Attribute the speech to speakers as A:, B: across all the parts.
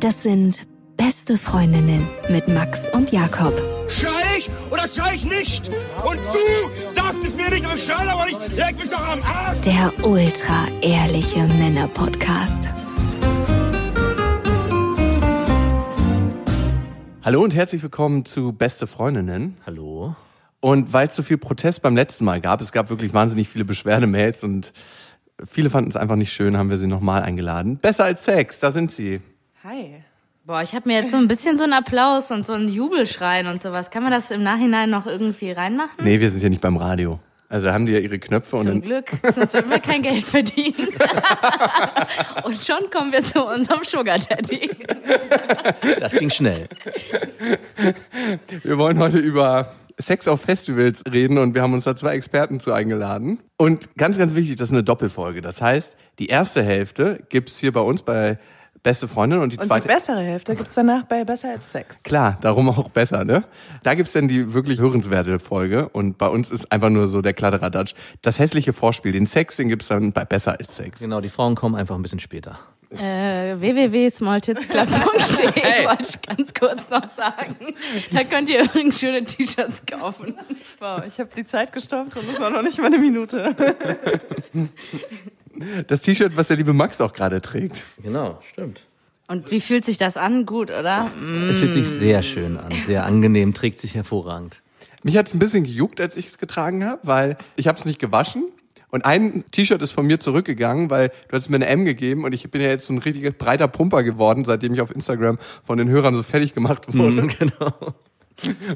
A: Das sind Beste Freundinnen mit Max und Jakob.
B: Schrei ich oder schrei ich nicht? Und du sagst es mir nicht, aber ich schrei aber nicht. Leg mich doch am Arsch.
A: Der ultra ehrliche Männer Podcast.
C: Hallo und herzlich willkommen zu Beste Freundinnen.
D: Hallo.
C: Und weil es so viel Protest beim letzten Mal gab, es gab wirklich wahnsinnig viele Beschwerdemails und viele fanden es einfach nicht schön, haben wir sie nochmal eingeladen. Besser als Sex, da sind sie.
E: Hi.
F: Boah, ich habe mir jetzt so ein bisschen so einen Applaus und so einen Jubelschreien und sowas. Kann man das im Nachhinein noch irgendwie reinmachen?
C: Nee, wir sind ja nicht beim Radio. Also da haben die ja ihre Knöpfe und
F: Zum
C: dann,
F: Glück, sonst würden wir kein Geld verdienen. und schon kommen wir zu unserem Sugar Daddy.
D: Das ging schnell.
C: wir wollen heute über Sex auf Festivals reden und wir haben uns da zwei Experten zu eingeladen. Und ganz, ganz wichtig, das ist eine Doppelfolge. Das heißt, die erste Hälfte gibt's hier bei uns bei Beste Freundin und die
E: Und die
C: zweite.
E: bessere Hälfte gibt's danach bei Besser als Sex.
C: Klar, darum auch besser, ne? Da gibt's dann die wirklich hörenswerte Folge und bei uns ist einfach nur so der Kladderadatsch. Das hässliche Vorspiel, den Sex, den gibt's dann bei Besser als Sex.
D: Genau, die Frauen kommen einfach ein bisschen später.
F: Äh, www.smalltitsclub.de wollte ich ganz kurz noch sagen. Da könnt ihr übrigens schöne T-Shirts kaufen.
E: Wow, ich habe die Zeit gestoppt und es war noch nicht mal eine Minute.
C: Das T-Shirt, was der liebe Max auch gerade trägt.
D: Genau, stimmt.
F: Und wie fühlt sich das an? Gut, oder? Hm.
D: Es fühlt sich sehr schön an, sehr angenehm, trägt sich hervorragend.
C: Mich hat's ein bisschen gejuckt, als ich es getragen habe, weil ich habe es nicht gewaschen. Und ein T-Shirt ist von mir zurückgegangen, weil du hast mir eine M gegeben und ich bin ja jetzt so ein richtiger breiter Pumper geworden, seitdem ich auf Instagram von den Hörern so fertig gemacht wurde.
D: Mhm, genau.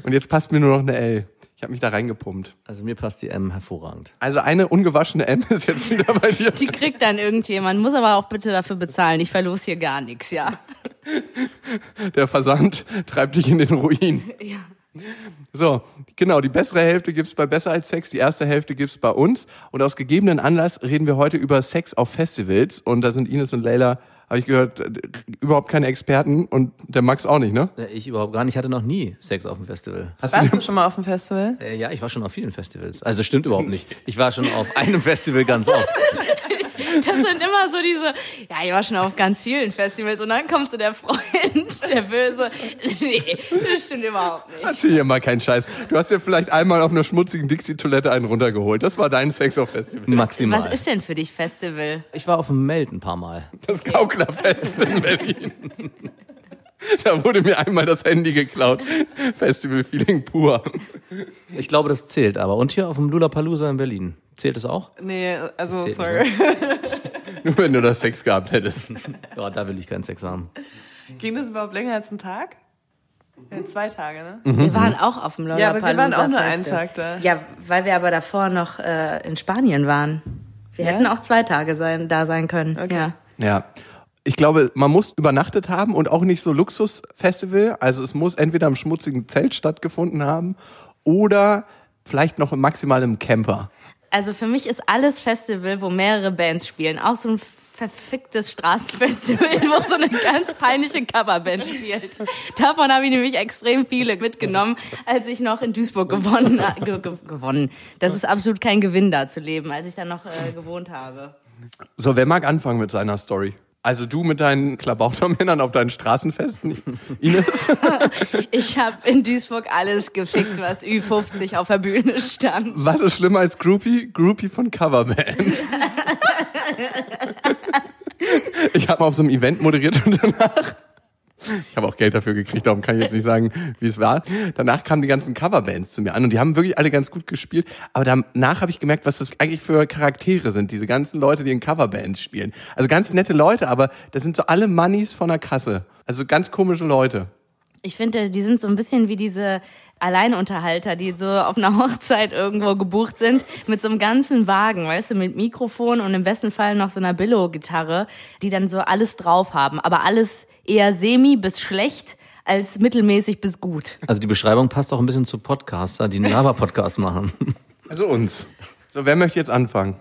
C: Und jetzt passt mir nur noch eine L. Ich habe mich da reingepumpt.
D: Also mir passt die M hervorragend.
C: Also eine ungewaschene M ist jetzt wieder bei dir.
F: Die kriegt dann irgendjemand, muss aber auch bitte dafür bezahlen. Ich verlose hier gar nichts, ja.
C: Der Versand treibt dich in den Ruin.
F: Ja.
C: So, genau, die bessere Hälfte gibt's bei Besser als Sex, die erste Hälfte gibt's bei uns. Und aus gegebenen Anlass reden wir heute über Sex auf Festivals. Und da sind Ines und Leila, habe ich gehört, äh, überhaupt keine Experten und der Max auch nicht, ne?
D: Äh, Ich überhaupt gar nicht, hatte noch nie Sex auf dem Festival.
C: Hast
E: Warst
C: du
E: du schon mal auf dem Festival?
D: Äh, ja, ich war schon auf vielen Festivals. Also stimmt überhaupt nicht. Ich war schon auf einem Festival ganz oft.
F: Das sind immer so diese, ja, ich war schon auf ganz vielen Festivals und dann kommst du der Freund, der Böse. Nee, das stimmt überhaupt nicht.
C: hast du hier mal keinen Scheiß. Du hast dir vielleicht einmal auf einer schmutzigen Dixie-Toilette einen runtergeholt. Das war dein Sex auf Festival.
F: Was
D: Maximal.
F: ist denn für dich Festival?
D: Ich war auf dem Meld ein paar Mal.
C: Das Gauklerfest in Berlin. Da wurde mir einmal das Handy geklaut. Festival-Feeling pur.
D: Ich glaube, das zählt aber. Und hier auf dem Lollapalooza in Berlin. Zählt das auch?
E: Nee, also
D: zählt
E: sorry.
C: Nur wenn du da Sex gehabt hättest.
D: Ja, da will ich keinen Sex haben.
E: Ging das überhaupt länger als einen Tag? Ja, zwei Tage, ne?
F: Wir waren auch auf dem
E: Ja, aber
F: Lollapalooza.
E: wir waren auch nur einen
F: Festival.
E: Tag da.
F: Ja, weil wir aber davor noch äh, in Spanien waren. Wir
E: Ja?
F: hätten auch zwei Tage sein, da sein können.
E: Okay.
F: Ja.
C: Ja. Ich glaube, man muss übernachtet haben und auch nicht so Luxusfestival. Also es muss entweder im schmutzigen Zelt stattgefunden haben oder vielleicht noch maximal im Camper.
F: Also für mich ist alles Festival, wo mehrere Bands spielen. Auch so ein verficktes Straßenfestival, wo so eine ganz peinliche Coverband spielt. Davon habe ich nämlich extrem viele mitgenommen, als ich noch in Duisburg gewonnen, äh, ge ge gewonnen. Das ist absolut kein Gewinn da zu leben, als ich da noch äh, gewohnt habe.
C: So, wer mag anfangen mit seiner Story? Also du mit deinen Klabautermännern auf deinen Straßenfesten, Ines?
F: Ich habe in Duisburg alles gefickt, was Ü50 auf der Bühne stand.
C: Was ist schlimmer als Groupie? Groupie von Coverbands. Ich habe auf so einem Event moderiert und danach. Ich habe auch Geld dafür gekriegt, darum kann ich jetzt nicht sagen, wie es war. Danach kamen die ganzen Coverbands zu mir an und die haben wirklich alle ganz gut gespielt. Aber danach habe ich gemerkt, was das eigentlich für Charaktere sind, diese ganzen Leute, die in Coverbands spielen. Also ganz nette Leute, aber das sind so alle Moneys von der Kasse. Also ganz komische Leute.
F: Ich finde, die sind so ein bisschen wie diese Alleinunterhalter, die so auf einer Hochzeit irgendwo gebucht sind, mit so einem ganzen Wagen, weißt du, mit Mikrofon und im besten Fall noch so einer Billo-Gitarre, die dann so alles drauf haben, aber alles eher semi bis schlecht als mittelmäßig bis gut.
D: Also die Beschreibung passt auch ein bisschen zu Podcaster, die einen Laber-Podcast machen.
C: Also uns. So, wer möchte jetzt anfangen?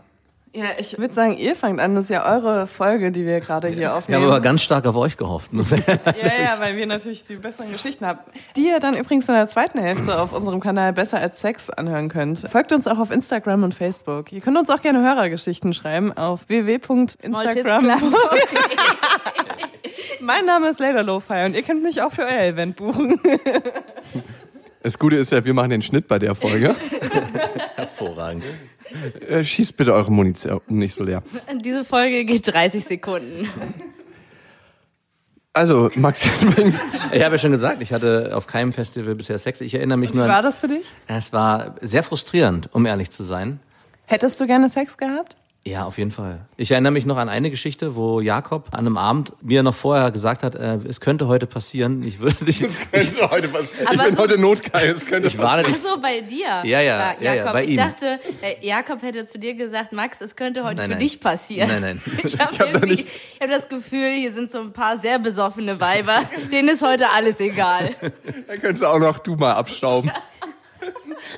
E: Ja, ich würde sagen, ihr fangt an. Das ist ja eure Folge, die wir gerade hier
D: Ich
E: aufnehmen.
D: habe aber ganz stark auf euch gehofft.
E: Ja, ja, weil wir natürlich die besseren Geschichten haben. Die ihr dann übrigens in der zweiten Hälfte auf unserem Kanal Besser als Sex anhören könnt. Folgt uns auch auf Instagram und Facebook. Ihr könnt uns auch gerne Hörergeschichten schreiben auf www.instagram. Mein Name ist Leila Lofei und ihr könnt mich auch für euer Event buchen.
C: Das Gute ist ja, wir machen den Schnitt bei der Folge.
D: Hervorragend.
C: Äh, schießt bitte eure Munition nicht so leer.
F: Diese Folge geht 30 Sekunden.
C: Also, Max übrigens,
D: Ich habe ja schon gesagt, ich hatte auf keinem Festival bisher Sex. Ich erinnere mich nur
E: War
D: an.
E: das für dich?
D: Es war sehr frustrierend, um ehrlich zu sein.
E: Hättest du gerne Sex gehabt?
D: Ja, auf jeden Fall. Ich erinnere mich noch an eine Geschichte, wo Jakob an einem Abend mir noch vorher gesagt hat, äh, es könnte heute passieren. Ich würde dich.
C: könnte heute was, ich
F: Aber
C: bin
F: so-
C: heute notgeil. Es könnte
D: Ich warne
F: Ach
D: dich.
F: so, bei dir.
D: Ja, ja,
F: Jakob.
D: ja, ja, bei
F: ich
D: ihm.
F: dachte, äh, Jakob hätte zu dir gesagt, Max, es könnte heute
D: Nein,
F: für
D: nein.
F: dich passieren.
D: Nein, nein.
F: Ich habe
C: Ich hab da
F: irgendwie-
C: nicht-
F: ich hab das Gefühl, hier sind so ein paar sehr besoffene Weiber. Denen ist heute alles egal.
C: Dann könntest du auch noch du mal abstauben.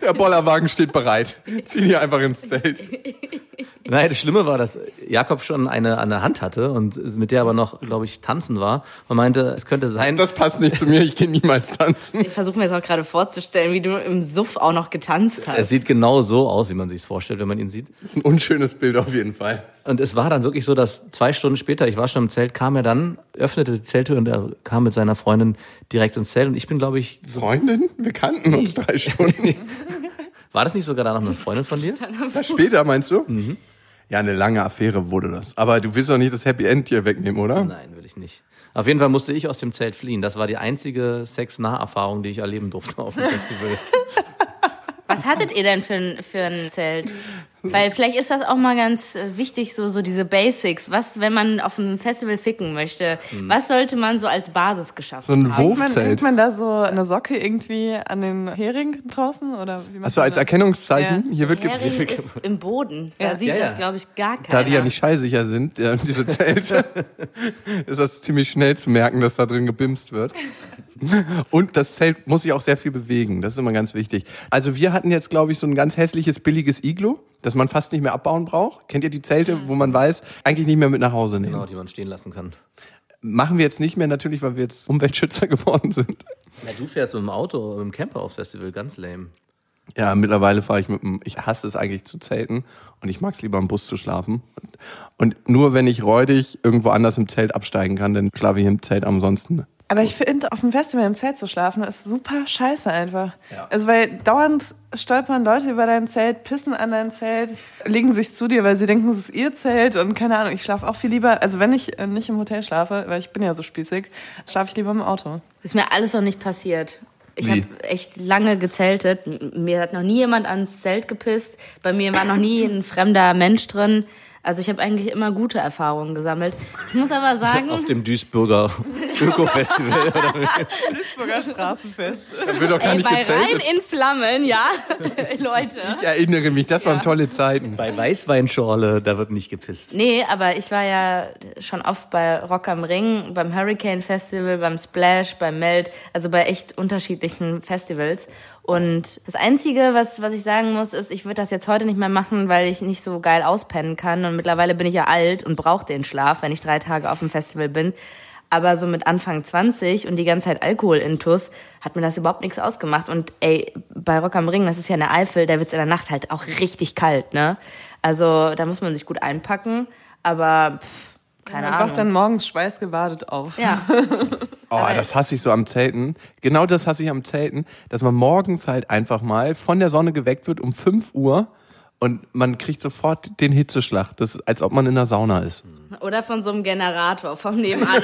C: Der Bollerwagen steht bereit. Zieh dich einfach ins Zelt.
D: Nein, das Schlimme war, dass Jakob schon eine an der Hand hatte und mit der aber noch, glaube ich, tanzen war und meinte, es könnte sein.
C: Das passt nicht zu mir, ich gehe niemals tanzen.
F: Ich versuche mir jetzt auch gerade vorzustellen, wie du im Suff auch noch getanzt hast.
D: es sieht genau so aus, wie man sich es vorstellt, wenn man ihn sieht.
C: Das ist ein unschönes Bild auf jeden Fall.
D: Und es war dann wirklich so, dass zwei Stunden später, ich war schon im Zelt, kam er dann, öffnete die Zelttür und er kam mit seiner Freundin direkt ins Zelt. Und ich bin, glaube ich,
C: Freundin? Wir kannten uns drei Stunden.
D: war das nicht sogar danach eine Freundin von dir?
C: Das später, meinst du? Ja, eine lange Affäre wurde das. Aber du willst doch nicht das Happy End hier wegnehmen, oder?
D: Nein, will ich nicht. Auf jeden Fall musste ich aus dem Zelt fliehen. Das war die einzige Sex-Nah-Erfahrung, die ich erleben durfte auf dem Festival.
F: Was hattet ihr denn für ein, für ein Zelt? Weil vielleicht ist das auch mal ganz äh, wichtig, so, so diese Basics. Was, wenn man auf einem Festival ficken möchte, was sollte man so als Basis
C: Hm. So
F: geschaffen?
C: ein
E: Hängt man, hängt
C: Wurfzelt.
E: man da so eine Socke irgendwie an den Hering draußen? Oder
C: Achso,
E: wie macht man
C: Also als
E: das?
C: Erkennungszeichen, hier wird
F: Hering
C: geprüft.
F: ist im Boden. Da
E: Ja.
F: sieht
D: Ja, ja.
F: das, glaube ich, gar keiner.
C: Da die ja nicht scheißsicher sind, äh, diese Zelte, ist das ziemlich schnell zu merken, dass da drin gebimst wird. Und das Zelt muss sich auch sehr viel bewegen. Das ist immer ganz wichtig. Also wir hatten jetzt, glaube ich, so ein ganz hässliches, billiges Iglo, das man fast nicht mehr abbauen braucht. Kennt ihr die Zelte, wo man weiß, eigentlich nicht mehr mit nach Hause nehmen?
D: Genau, die man stehen lassen kann.
C: Machen wir jetzt nicht mehr, natürlich, weil wir jetzt Umweltschützer geworden sind.
D: Na, du fährst mit dem Auto, mit dem Camper aufs Festival, ganz lame.
C: Ja, mittlerweile fahre ich mit dem, ich hasse es eigentlich zu zelten und ich mag es lieber im Bus zu schlafen. Und, und nur wenn ich räudig irgendwo anders im Zelt absteigen kann, dann schlafe ich im Zelt ansonsten.
E: Aber ich finde, auf dem Festival im Zelt zu schlafen, ist super scheiße einfach.
C: Ja.
E: Also, weil dauernd stolpern Leute über dein Zelt, pissen an dein Zelt, legen sich zu dir, weil sie denken, es ist ihr Zelt und keine Ahnung, ich schlafe auch viel lieber, also wenn ich äh, nicht im Hotel schlafe, weil ich bin ja so spießig, schlafe ich lieber im Auto.
F: Ist mir alles noch nicht passiert. Ich
C: Wie?
F: habe echt lange gezeltet. M- Mir hat noch nie jemand ans Zelt gepisst. Bei mir war noch nie ein fremder Mensch drin. Also ich habe eigentlich immer gute Erfahrungen gesammelt. Ich muss aber sagen,
D: Auf dem Duisburger Öko-Festival.
E: Duisburger Straßenfest.
C: Da wird doch gar
F: ey,
C: nicht
F: bei
C: gezeltet.
F: rein in Flammen, ja, Leute.
C: Ich erinnere mich, das waren tolle Zeiten.
D: Bei Weißweinschorle, da wird nicht gepisst.
F: Nee, aber ich war ja schon oft bei Rock am Ring, beim Hurricane Festival, beim Splash, beim Melt, also bei echt unterschiedlichen Festivals. Und das Einzige, was, was ich sagen muss, ist, ich würde das jetzt heute nicht mehr machen, weil ich nicht so geil auspennen kann. Und mittlerweile bin ich ja alt und brauche den Schlaf, wenn ich drei Tage auf dem Festival bin. Aber so mit Anfang 20 und die ganze Zeit Alkohol-Intus hat mir das überhaupt nichts ausgemacht. Und ey, bei Rock am Ring, das ist ja eine Eifel, da wird's in der Nacht halt auch richtig kalt, ne? Also da muss man sich gut einpacken, aber pff, keine
E: Man
F: Ahnung.
E: wacht dann morgens schweißgebadet auf.
F: ja,
C: Oh, das hasse ich so am Zelten. Genau das hasse ich am Zelten, dass man morgens halt einfach mal von der Sonne geweckt wird um 5 Uhr und man kriegt sofort den Hitzeschlag. Das ist, als ob man in der Sauna ist.
F: oder von so einem Generator vom Nebenan.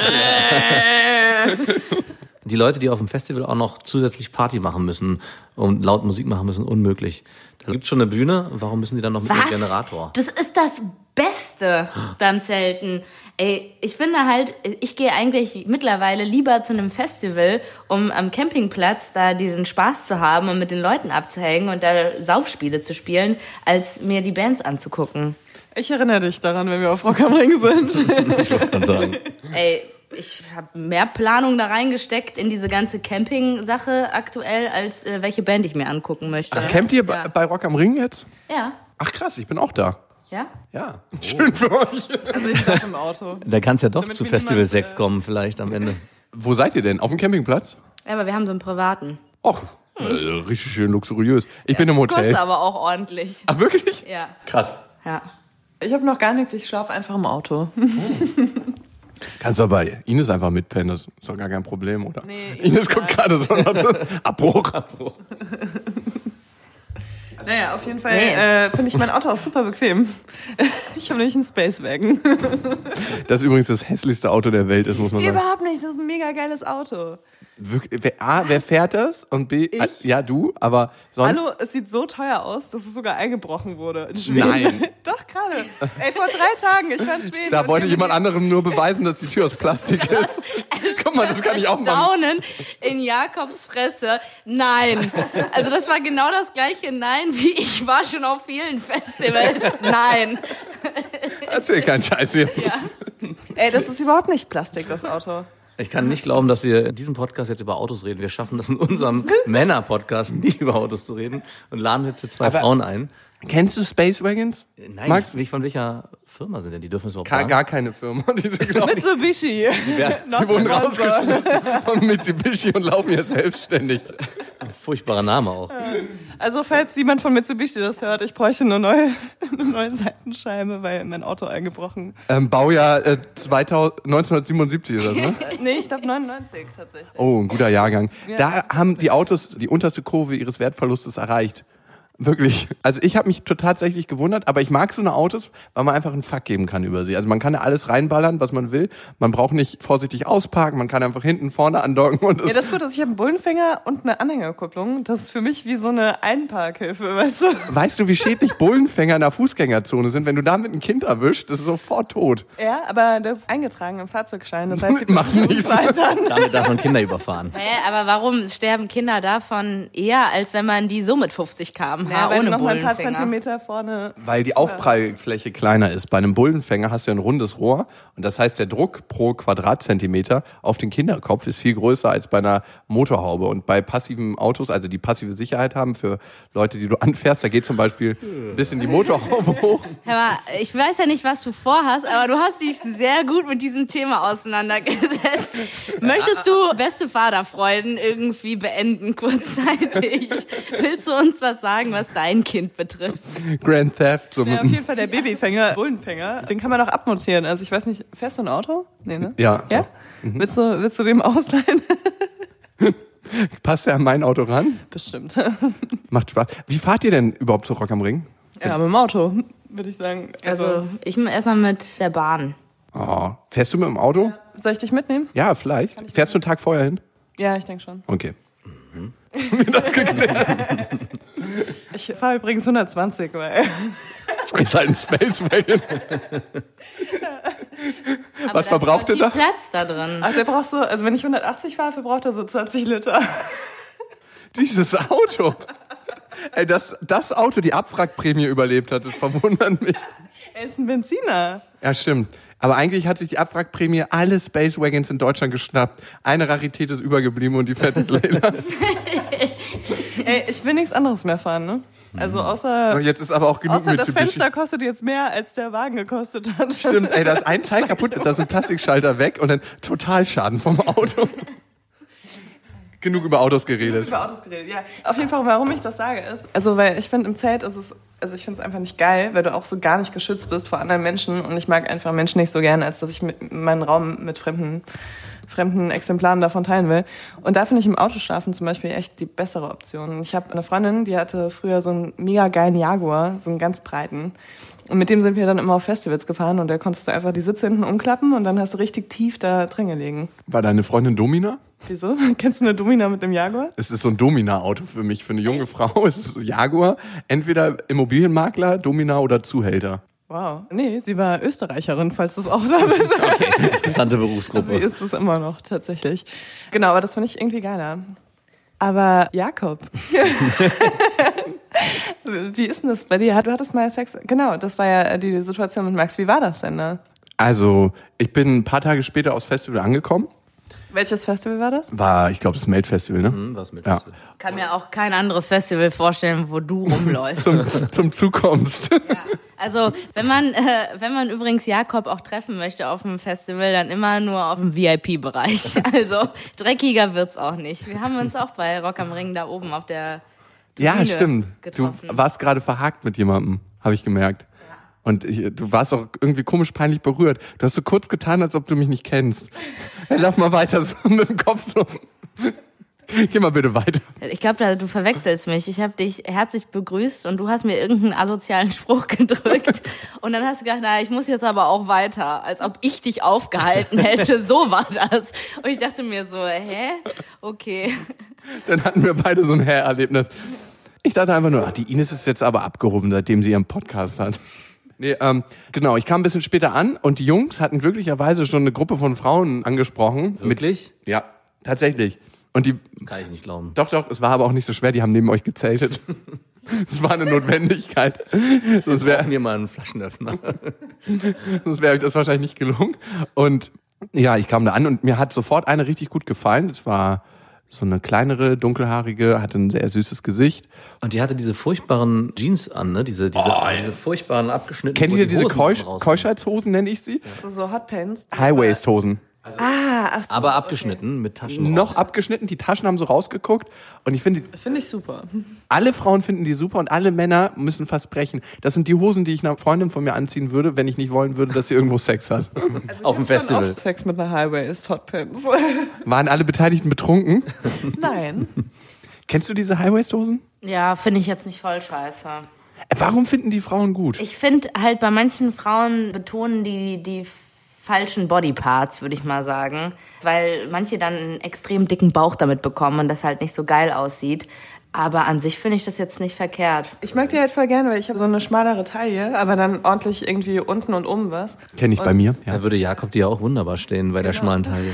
D: Die Leute, die auf dem Festival auch noch zusätzlich Party machen müssen und laut Musik machen müssen, unmöglich. Da gibt's schon eine Bühne, warum müssen die dann noch mit
F: Was?
D: dem Generator?
F: Das ist das Beste beim Zelten. Ey, ich finde halt, ich gehe eigentlich mittlerweile lieber zu einem Festival, um am Campingplatz da diesen Spaß zu haben und mit den Leuten abzuhängen und da Saufspiele zu spielen, als mir die Bands anzugucken.
E: Ich erinnere dich daran, wenn wir auf Rock am Ring sind.
D: Kann sagen.
F: Ey, ich habe mehr Planung da reingesteckt in diese ganze Camping-Sache aktuell, als äh, welche Band ich mir angucken möchte.
C: Campt ihr bei-
F: Ja.
C: bei Rock am Ring jetzt?
F: ja.
C: Ach krass, ich bin auch da.
F: Ja?
C: Ja, schön für euch.
E: Also ich saß im Auto.
D: Da kann es ja doch
E: Damit
D: zu
E: mir
D: Festival
E: niemand,
D: 6
E: äh,
D: kommen, vielleicht am Ende.
C: Wo seid ihr denn? Auf dem Campingplatz?
F: Ja, aber wir haben so einen privaten.
C: Och,
E: Hm.
C: äh, richtig schön luxuriös. Ich bin im Hotel.
F: Kostet aber auch ordentlich.
C: Ach, wirklich?
F: Ja,
C: Krass.
F: ja.
E: Ich habe noch gar nichts, ich schlafe einfach im Auto.
C: Kannst du bei Ines einfach mitpennen, das ist doch gar kein Problem, oder?
E: Nee,
C: Ines guckt gerade so. Abbruch. Abbruch.
E: Naja, auf jeden Fall
F: Nee.
E: äh, finde ich mein Auto auch super bequem. Ich habe nämlich einen Space Wagon.
C: Das übrigens das hässlichste Auto der Welt ist, muss man sagen.
E: Überhaupt nicht, das ist ein mega geiles Auto.
C: Wirklich, wer, A, wer fährt das? Und B,
E: Ich?
C: ah, ja, du, aber sonst.
E: Hallo, es sieht so teuer aus, dass es sogar eingebrochen wurde. In Schweden.
C: Nein.
E: Doch, gerade. Ey, vor drei Tagen, ich war in Schweden.
C: Da
E: und
C: wollte
E: die-
C: jemand anderem nur beweisen, dass die Tür aus Plastik ist. Guck mal, das kann ich auch machen.
F: Staunen in Jakobs Fresse. Nein. Also das war genau das gleiche Nein, wie ich war schon auf vielen Festivals. Nein.
C: Erzähl keinen Scheiß hier.
E: Ey, das ist überhaupt nicht Plastik, das Auto.
D: Ich kann nicht glauben, dass wir in diesem Podcast jetzt über Autos reden. Wir schaffen das in unserem Männer-Podcast nie über Autos zu reden und laden jetzt hier zwei
C: Aber-
D: Frauen ein.
C: Kennst du Space Wagons?
D: Äh, Nein,
C: Max?
D: nicht von welcher Firma sind denn? Die dürfen es überhaupt
C: Gar,
D: sagen.
C: gar keine Firma, genau diese glaube ich.
E: Mitsubishi.
C: Die wurden rausgeschmissen von Mitsubishi und laufen jetzt selbstständig.
D: Furchtbarer Name auch.
E: Also, falls jemand von Mitsubishi das hört, ich bräuchte eine neue, eine neue Seitenscheibe, weil mein Auto eingebrochen.
C: Ähm, Baujahr äh, 2000, 1977 ist das, ne?
E: Äh, Nee, ich glaube 99 tatsächlich.
C: Oh, ein guter Jahrgang. Da haben die Autos die unterste Kurve ihres Wertverlustes erreicht. Wirklich. Also ich habe mich t- tatsächlich gewundert, aber ich mag so eine Autos, weil man einfach einen Fuck geben kann über sie. Also man kann da alles reinballern, was man will. Man braucht nicht vorsichtig ausparken, man kann einfach hinten, vorne andocken und
E: Ja,
C: es-
E: das Gute ist, ich habe einen Bullenfänger und eine Anhängerkupplung. Das ist für mich wie so eine Einparkhilfe, weißt du?
C: Weißt du, wie schädlich Bullenfänger in der Fußgängerzone sind? Wenn du damit ein Kind erwischt, das ist sofort tot.
E: Ja, aber das ist eingetragen im Fahrzeugschein. Das heißt, die
C: Macht
E: Versicherung
C: nichts.
E: zahlt dann.
D: Damit darf man Kinder überfahren.
F: Hä, aber warum sterben Kinder davon eher, als wenn man die so mit 50 km/h
E: Ja, wenn du
F: ohne
E: noch mal ein paar
F: Bullenfinger?
E: Zentimeter vorne.
C: Weil die Aufprallfläche kleiner ist. Bei einem Bullenfänger hast du ja ein rundes Rohr und das heißt, der Druck pro Quadratzentimeter auf den Kinderkopf ist viel größer als bei einer Motorhaube. Und bei passiven Autos, also die passive Sicherheit haben für Leute, die du anfährst, da geht zum Beispiel ein bisschen die Motorhaube hoch.
F: Hör mal, ich weiß ja nicht, was du vorhast, aber du hast dich sehr gut mit diesem Thema auseinandergesetzt. Möchtest du beste Vaterfreuden irgendwie beenden kurzzeitig? Willst du uns was sagen, was dein Kind betrifft?
C: Grand Theft. So
E: Ja, auf
C: mit,
E: jeden Fall der Babyfänger, Bullenfänger. Den kann man auch abmontieren. Also ich weiß nicht, fährst du ein Auto? Nee, ne?
C: ja.
E: Ja? Willst, du, willst du dem ausleihen?
C: passt er an mein Auto ran?
E: Bestimmt. Ja,
C: Macht Spaß. Wie fahrt ihr denn überhaupt zu Rock am Ring?
E: mit dem Auto, würde ich sagen.
F: Also, ich erstmal mit der Bahn.
C: Oh, fährst du mit dem Auto?
E: Soll ich dich mitnehmen?
C: Ja, vielleicht. Fährst du einen Tag vorher hin?
E: Ja, ich denke schon.
C: Okay.
E: Ich fahre übrigens 120, weil
C: Ist halt ein Space Wagon.
F: Aber
C: Was
F: da ist
C: verbraucht
F: voll
C: ihr da?
F: viel Platz da drin.
E: Ach, der braucht so, also wenn ich 180 fahre, verbraucht er so 20 Liter.
C: Dieses Auto. Ey, dass das Auto die Abwrackprämie überlebt hat, das verwundert mich.
E: Er ist ein Benziner.
C: Ja, stimmt. Aber eigentlich hat sich die Abwrackprämie alle Space Wagons in Deutschland geschnappt. Eine Rarität ist übergeblieben und die fetten Leila.
E: Ey, ich will nichts anderes mehr fahren, ne? Also
C: So,
E: außer,
C: jetzt ist aber auch genug
E: außer das
C: Mitsubishi.
E: Fenster kostet jetzt mehr, als der Wagen gekostet hat.
C: Stimmt, ey, da ist ein Teil kaputt, da ist ein Plastikschalter weg und dann Totalschaden vom Auto. Genug über Autos geredet.
E: Über Autos geredet, ja. Auf jeden Fall, warum ich das sage, ist, also weil ich finde, im Zelt ist es, also ich finde es einfach nicht geil, weil du auch so gar nicht geschützt bist vor anderen Menschen und ich mag einfach Menschen nicht so gerne, als dass ich mit, meinen Raum mit fremden, fremden Exemplaren davon teilen will. Und da finde ich im Auto schlafen zum Beispiel echt die bessere Option. Ich habe eine Freundin, die hatte früher so einen mega geilen Jaguar, so einen ganz breiten. Und mit dem sind wir dann immer auf Festivals gefahren und da konntest du einfach die Sitze hinten umklappen und dann hast du richtig tief da drin gelegen.
C: War deine Freundin Domina?
E: Wieso? Kennst du eine Domina mit einem Jaguar?
C: Es ist so ein Domina-Auto für mich, für eine junge Frau. Es ist Jaguar. Entweder Immobilienmakler, Domina oder Zuhälter.
E: Wow. Nee, sie war Österreicherin, falls das auch damit.
D: Interessante
E: sie
D: Berufsgruppe.
E: ist es immer noch, tatsächlich. Genau, aber das finde ich irgendwie geiler. Aber Jakob. Wie ist denn das bei dir? Du hattest mal Sex. Genau, das war ja die Situation mit Max. Wie war das denn da?
C: Also, ich bin ein paar Tage später aufs Festival angekommen.
E: Welches Festival war das?
C: War, ich glaube, das Melt-Festival, ne?
D: Hm, Was mit
C: Ja.
F: Kann mir auch kein anderes Festival vorstellen, wo du rumläufst.
C: Zum, zum Zukommst.
F: Also wenn man, äh, wenn man übrigens Jakob auch treffen möchte auf dem Festival, dann immer nur auf dem VIP-Bereich. Also dreckiger wird's auch nicht. Wir haben uns auch bei Rock am Ring da oben auf der
C: Ja,
F: Bühne
C: stimmt.
F: getroffen.
C: Du warst gerade verhakt mit jemandem, habe ich gemerkt. Und ich, du warst auch irgendwie komisch peinlich berührt. Du hast so kurz getan, als ob du mich nicht kennst. Lauf mal weiter so mit dem Kopf so. Geh mal bitte weiter.
F: Ich glaube, du verwechselst mich. Ich habe dich herzlich begrüßt und du hast mir irgendeinen asozialen Spruch gedrückt. Und dann hast du gedacht, naja, ich muss jetzt aber auch weiter, als ob ich dich aufgehalten hätte. So war das. Und ich dachte mir so, hä? Okay.
C: Dann hatten wir beide so ein Hä-Erlebnis. Ich dachte einfach nur, ach, die Ines ist jetzt aber abgehoben, seitdem sie ihren Podcast hat. Nee, ähm, genau, ich kam ein bisschen später an und die Jungs hatten glücklicherweise schon eine Gruppe von Frauen angesprochen.
D: Wirklich?
C: Mit, ja, tatsächlich. Und die
D: Kann ich nicht glauben.
C: Doch, doch, es war aber auch nicht so schwer, die haben neben euch gezeltet. Es war eine Notwendigkeit. Sonst wäre
D: Mir mal einen Flaschenöffner.
C: sonst wäre euch das wahrscheinlich nicht gelungen. Und ja, ich kam da an und mir hat sofort eine richtig gut gefallen. Es war so eine kleinere, dunkelhaarige, hatte ein sehr süßes Gesicht.
D: Und die hatte diese furchtbaren Jeans an, ne? Diese, diese, diese furchtbaren abgeschnittenen.
C: Oh, Kennt
D: wo
C: ihr
D: die
C: diese
D: Hosen
C: Keusch
D: oben raus ne? sind.
C: Keuschheitshosen, nenne ich sie?
E: Das ist so Hotpants.
C: Highwaist-Hosen.
E: Ah, ach so,
D: Aber abgeschnitten mit Taschen.
C: Noch
D: raus.
C: abgeschnitten, die Taschen haben so rausgeguckt. Und ich finde,
E: Finde ich super.
C: Alle Frauen finden die super und alle Männer müssen fast brechen. Das sind die Hosen, die ich einer Freundin von mir anziehen würde, wenn ich nicht wollen würde, dass sie irgendwo Sex hat.
D: auf dem
E: Schon
D: Festival.
E: oft Sex mit einer Highway ist Hotpants.
C: Waren alle Beteiligten betrunken?
E: Nein.
C: Kennst du diese Highwaist-Hosen?
F: Ja, finde ich jetzt nicht voll scheiße.
C: Äh, Warum finden die Frauen gut?
F: Ich finde halt bei manchen Frauen betonen die die falschen Bodyparts, würde ich mal sagen, weil manche dann einen extrem dicken Bauch damit bekommen und das halt nicht so geil aussieht. Aber an sich finde ich das jetzt nicht verkehrt.
E: Ich mag die halt voll gerne, weil ich habe so eine schmalere Taille, aber dann ordentlich irgendwie unten und oben was.
C: Kenn ich bei mir. Ja.
D: Da würde Jakob dir auch wunderbar stehen bei der schmalen Taille.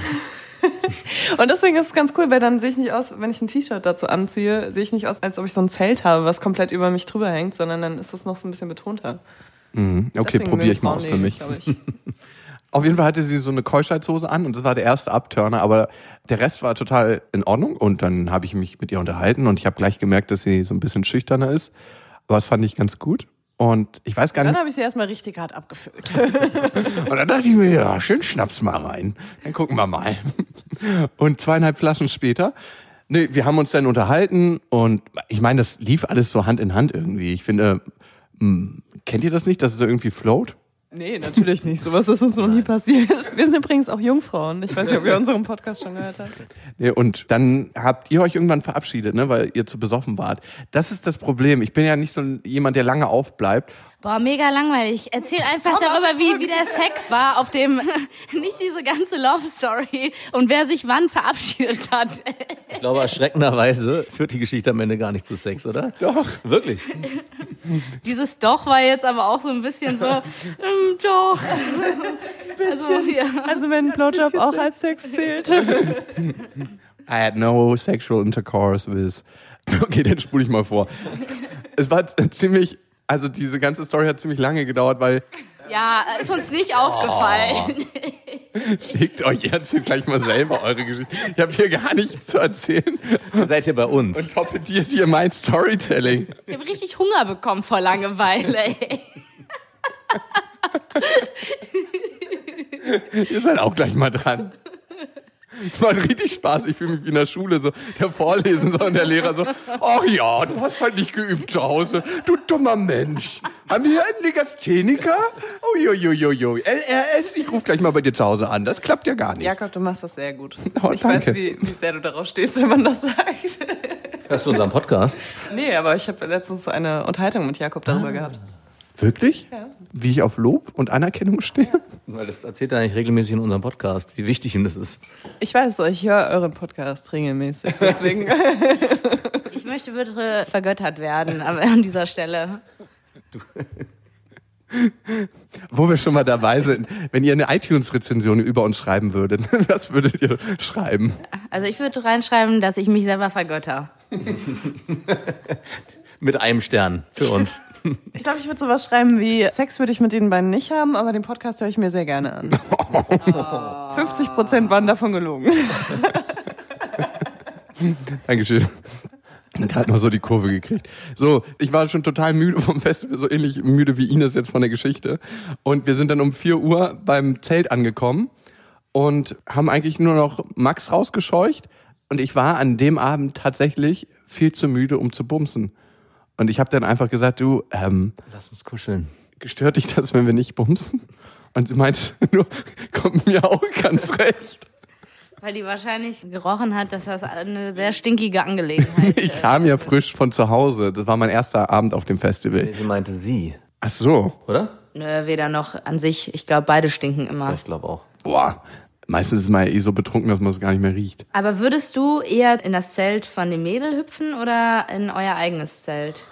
E: Und deswegen ist es ganz cool, weil dann sehe ich nicht aus, wenn ich ein T-Shirt dazu anziehe, sehe ich nicht aus, als ob ich so ein Zelt habe, was komplett über mich drüber hängt, sondern dann ist das noch so ein bisschen betonter.
C: Okay,
E: Deswegen
C: probiere
E: mögen
C: ich mal aus
E: Frauen
C: für
E: nicht,
C: mich.
E: glaub ich.
C: Auf jeden Fall hatte sie so eine Keuschheitshose an und das war der erste Upturner, aber der Rest war total in Ordnung und dann habe ich mich mit ihr unterhalten und ich habe gleich gemerkt, dass sie so ein bisschen schüchterner ist. Aber das fand ich ganz gut. Und ich weiß gar nicht,
E: Dann habe ich sie erstmal richtig hart abgefüllt.
C: Und dann dachte ich mir, ja, schön Schnaps mal rein. Dann gucken wir mal. Und zweieinhalb Flaschen später, nee, wir haben uns dann unterhalten und ich meine, das lief alles so Hand in Hand irgendwie. Ich finde, mh, kennt ihr das nicht, dass es so irgendwie float?
E: Nee, natürlich nicht. Sowas ist uns noch nie passiert. Wir sind übrigens auch Jungfrauen. Ich weiß nicht, ob ihr unseren Podcast schon gehört habt.
C: Nee, Und dann habt ihr euch irgendwann verabschiedet, ne, weil ihr zu besoffen wart. Das ist das Problem. Ich bin ja nicht so ein- jemand, der lange aufbleibt.
F: Boah, mega langweilig. Erzähl einfach darüber, wie, wie der Sex war auf dem, nicht diese ganze Love Story und wer sich wann verabschiedet hat.
D: Ich glaube, erschreckenderweise führt die Geschichte am Ende gar nicht zu Sex, oder? Doch. Wirklich.
F: Dieses Doch war jetzt aber auch so ein bisschen so, ähm, doch. Also, ja.
E: Also wenn ein Blowjob auch als Sex zählt.
C: I had no sexual intercourse with. Okay, dann spule ich mal vor. Es war z- ziemlich, also diese ganze Story hat ziemlich lange gedauert, weil
F: ja, ist uns nicht aufgefallen.
C: Legt euch jetzt hier gleich mal selber eure Geschichte. Ich habt hier gar nichts zu erzählen
D: Seid ihr bei uns?
C: und torpediert hier mein Storytelling.
F: Ich habe richtig Hunger bekommen vor Langeweile. ey.
C: Ihr seid auch gleich mal dran. Es macht richtig Spaß. Ich fühle mich wie in der Schule, so der Vorlesen so, und der Lehrer so, ach ja, du hast halt nicht geübt zu Hause, du dummer Mensch. Haben wir hier einen Legastheniker? Uiuiuiui, LRS, ich rufe gleich mal bei dir zu Hause an. Das klappt ja gar nicht.
E: Jakob, du machst das sehr gut.
C: Oh,
E: ich
C: danke.
E: weiß, wie, wie sehr du darauf stehst, wenn man das sagt.
D: Hörst du unseren Podcast?
E: Nee, aber ich habe letztens so eine Unterhaltung mit Jakob darüber
C: Ah.
E: gehabt.
C: Wirklich? Wie ich auf Lob und Anerkennung stehe?
D: Weil das erzählt er eigentlich regelmäßig in unserem Podcast, wie wichtig ihm das ist.
E: Ich weiß, ich höre euren Podcast regelmäßig. Deswegen.
F: Ich möchte bitte vergöttert werden aber an dieser Stelle.
C: Wo wir schon mal dabei sind, wenn ihr eine iTunes-Rezension über uns schreiben würdet, was würdet ihr schreiben?
F: Also ich würde reinschreiben, dass ich mich selber vergötter.
D: Mit einem Stern für uns.
E: Ich glaube, ich würde sowas schreiben wie: Sex würde ich mit den beiden nicht haben, aber den Podcast höre ich mir sehr gerne an. 50 Prozent waren davon gelogen.
C: Dankeschön. Gerade nur so die Kurve gekriegt. So, ich war schon total müde vom Festival, so ähnlich müde wie Ines jetzt von der Geschichte. Und wir sind dann um 4 Uhr beim Zelt angekommen und haben eigentlich nur noch Max rausgescheucht. Und ich war an dem Abend tatsächlich viel zu müde, um zu bumsen. Und ich habe dann einfach gesagt, du, ähm,
D: Lass uns kuscheln.
C: gestört dich das, wenn wir nicht bumsen? Und sie meinte nur, kommt mir auch ganz recht.
F: Weil die wahrscheinlich gerochen hat, dass das eine sehr stinkige Angelegenheit
C: Ich
F: ist.
C: kam ja frisch von zu Hause. Das war mein erster Abend auf dem Festival.
D: Nee, sie meinte sie,
C: Ach so.
D: oder?
F: Nö, ne, weder noch an sich. Ich glaube, beide stinken
D: Ja,
F: immer.
D: ich glaube auch.
C: Boah, meistens ist man ja eh so betrunken, dass man es gar nicht mehr riecht.
F: Aber würdest du eher in das Zelt von dem Mädel hüpfen oder in euer eigenes Zelt?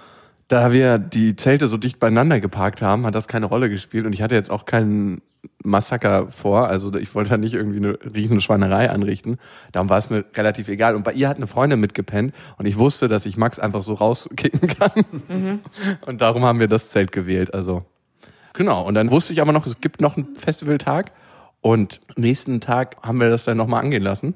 C: Da wir die Zelte so dicht beieinander geparkt haben, hat das keine Rolle gespielt und ich hatte jetzt auch keinen Massaker vor. Also ich wollte da nicht irgendwie eine riesen Schweinerei anrichten. Darum war es mir relativ egal. Und bei ihr hat eine Freundin mitgepennt und ich wusste, dass ich Max einfach so rauskicken kann. Und darum haben wir das Zelt gewählt. Also genau. Und dann wusste ich aber noch, es gibt noch einen Festivaltag und am nächsten Tag haben wir das dann nochmal angehen lassen.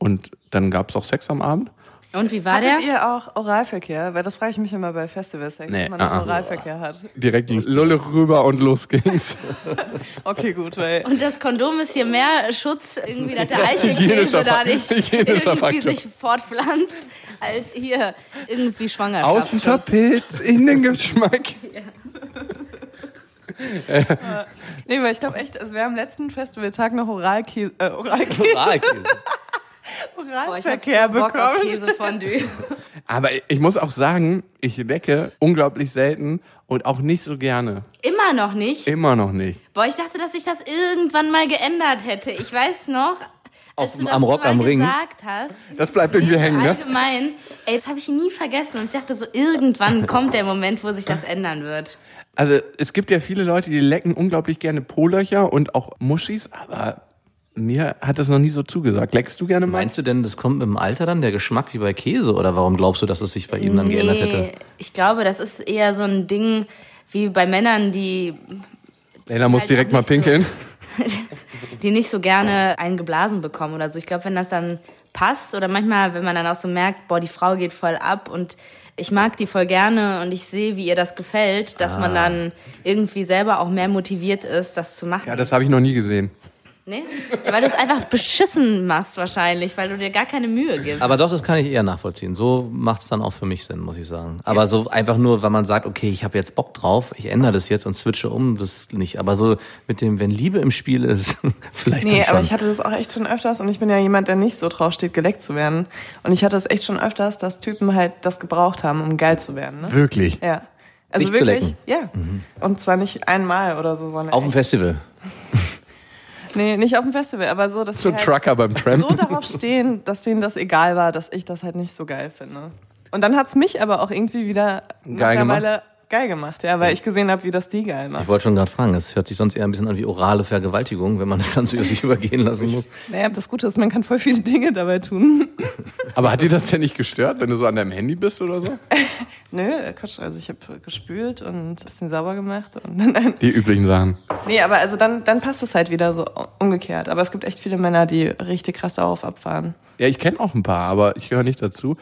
C: Und dann gab es auch Sex am Abend.
F: Und wie war
E: Hattet
F: der?
E: ihr auch Oralverkehr? Weil das frage ich mich immer bei Festivalsex,
C: Nee,
E: ob man noch
C: ah, ah.
E: Oralverkehr hat.
C: Direkt die Lulle rüber und los ging's.
E: Okay, gut, weil
F: Und das Kondom ist hier mehr Schutz, irgendwie, dass der Eichelkäse
C: Hygienischer
F: da
C: Fak-
F: nicht
C: hygienischer
F: irgendwie
C: Faktor.
F: sich fortpflanzt, als hier irgendwie Schwangerschaft.
C: Aus dem Tapet, in den Geschmack.
E: Nee, weil ich glaube echt, also wir haben am letzten Festivaltag noch Oralkäse, äh, Oralkäse,
F: Boah, ich hab
E: Oralverkehr
F: so Bock auf
E: bekommen.
F: Käsefondue.
C: Aber ich muss auch sagen, ich lecke unglaublich selten und auch nicht so gerne.
F: Immer noch nicht.
C: Immer noch nicht.
F: Boah, ich dachte, dass sich das irgendwann mal geändert hätte. Ich weiß noch, als
D: Auf-
F: du das
D: am Rock
F: mal
D: am Ring.
F: gesagt hast,
C: Das bleibt irgendwie hängen, ne?
F: allgemein, ey, das habe ich nie vergessen. Und ich dachte so, irgendwann kommt der Moment, wo sich das ändern wird.
C: Also es gibt ja viele Leute, die lecken unglaublich gerne Po-Löcher und auch Muschis, aber mir hat das noch nie so zugesagt. Leckst du gerne mal?
D: Meinst du denn, das kommt im Alter dann, der Geschmack wie bei Käse? Oder warum glaubst du, dass es sich bei ihnen dann geändert hätte?
F: ich glaube, das ist eher so ein Ding wie bei Männern, die,
C: Lena muss
F: Halt
C: direkt
F: auch
C: mal
F: nicht so.
C: pinkeln.
F: die nicht so gerne einen geblasen bekommen oder so. Ich glaube, wenn das dann passt oder manchmal, wenn man dann auch so merkt, boah, die Frau geht voll ab und ich mag die voll gerne und ich sehe, wie ihr das gefällt, dass man dann irgendwie selber auch mehr motiviert ist, das zu machen.
C: Ja, das habe ich noch nie gesehen.
F: nee? Weil du es einfach beschissen machst wahrscheinlich, weil du dir gar keine Mühe gibst.
D: Aber doch, das kann ich eher nachvollziehen. So macht es dann auch für mich Sinn, muss ich sagen. Aber so einfach nur, weil man sagt, okay, ich habe jetzt Bock drauf, ich ändere das jetzt und switche um, das nicht. Aber so mit dem, wenn Liebe im Spiel ist, vielleicht
E: Nee,
D: dann schon.
E: aber ich hatte das auch echt schon öfters und ich bin ja jemand, der nicht so drauf steht, geleckt zu werden. Und ich hatte das echt schon öfters, dass Typen halt das gebraucht haben, um geil zu werden. Ne?
C: Wirklich.
E: Ja. Also
D: Dich zu lecken?
E: Ja. Und zwar nicht einmal oder so, sondern.
D: auf dem Festival.
E: echt- nee, nicht auf dem Festival, aber so, dass
C: So
E: die
C: ein
E: halt
C: Trucker beim
E: so
C: Trampen.
E: darauf stehen, dass denen das egal war, dass ich das halt nicht so geil finde. Und dann hat's mich aber auch irgendwie wieder
C: Geil
E: nach einer
C: gemacht?
E: Weile geil gemacht, ja, weil ich gesehen habe, wie das die geil
D: Ich
E: macht.
D: wollte schon gerade fragen, es hört sich sonst eher ein bisschen an wie orale Vergewaltigung, wenn man das dann so über sich übergehen lassen muss.
E: Naja, das Gute ist, man kann voll viele Dinge dabei tun.
C: Aber hat dir das denn nicht gestört, wenn du so an deinem Handy bist oder so?
E: Nö, Quatsch, also ich habe gespült und ein bisschen sauber gemacht. Und dann,
C: Die üblichen Sachen.
E: nee, aber also dann, dann passt es halt wieder so umgekehrt. Aber es gibt echt viele Männer, die richtig krass darauf abfahren.
C: Ja, ich kenne auch ein paar, aber ich gehöre nicht dazu.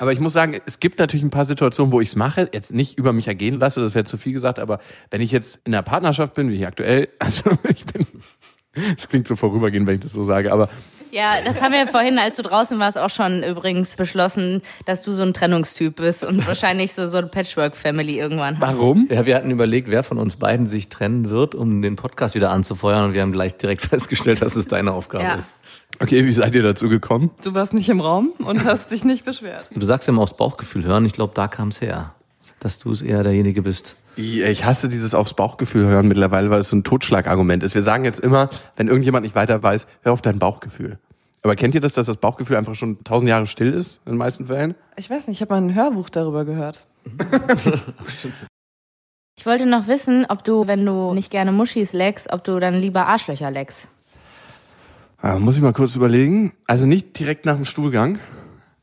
C: Aber ich muss sagen, es gibt natürlich ein paar Situationen, wo ich es mache, jetzt nicht über mich ergehen lasse, das wäre zu viel gesagt, aber wenn ich jetzt in einer Partnerschaft bin, wie ich aktuell, also ich bin, das klingt so vorübergehend, wenn ich das so sage, aber
F: Ja, das haben wir vorhin, als du draußen warst, auch schon übrigens beschlossen, dass du so ein Trennungstyp bist und wahrscheinlich so, so eine Patchwork-Family irgendwann hast.
C: warum?
D: Ja, wir hatten überlegt, wer von uns beiden sich trennen wird, um den Podcast wieder anzufeuern. Und wir haben gleich direkt festgestellt, dass es deine Aufgabe
F: Ja.
D: ist.
C: Okay, wie seid ihr dazu gekommen?
E: Du warst nicht im Raum und hast dich nicht beschwert.
D: Du sagst ja immer aufs Bauchgefühl hören. Ich glaube, da kam es her, dass du es eher derjenige bist.
C: Ich ich hasse dieses aufs Bauchgefühl hören mittlerweile, weil es so ein Totschlagargument ist. Wir sagen jetzt immer, wenn irgendjemand nicht weiter weiß, hör auf dein Bauchgefühl. Aber kennt ihr das, dass das Bauchgefühl einfach schon tausend Jahre still ist in den meisten Fällen?
E: Ich weiß nicht, ich habe mal ein Hörbuch darüber gehört.
F: Ich wollte noch wissen, ob du, wenn du nicht gerne Muschis leckst, ob du dann lieber Arschlöcher leckst.
C: Ah, muss ich mal kurz überlegen. Also nicht direkt nach dem Stuhlgang.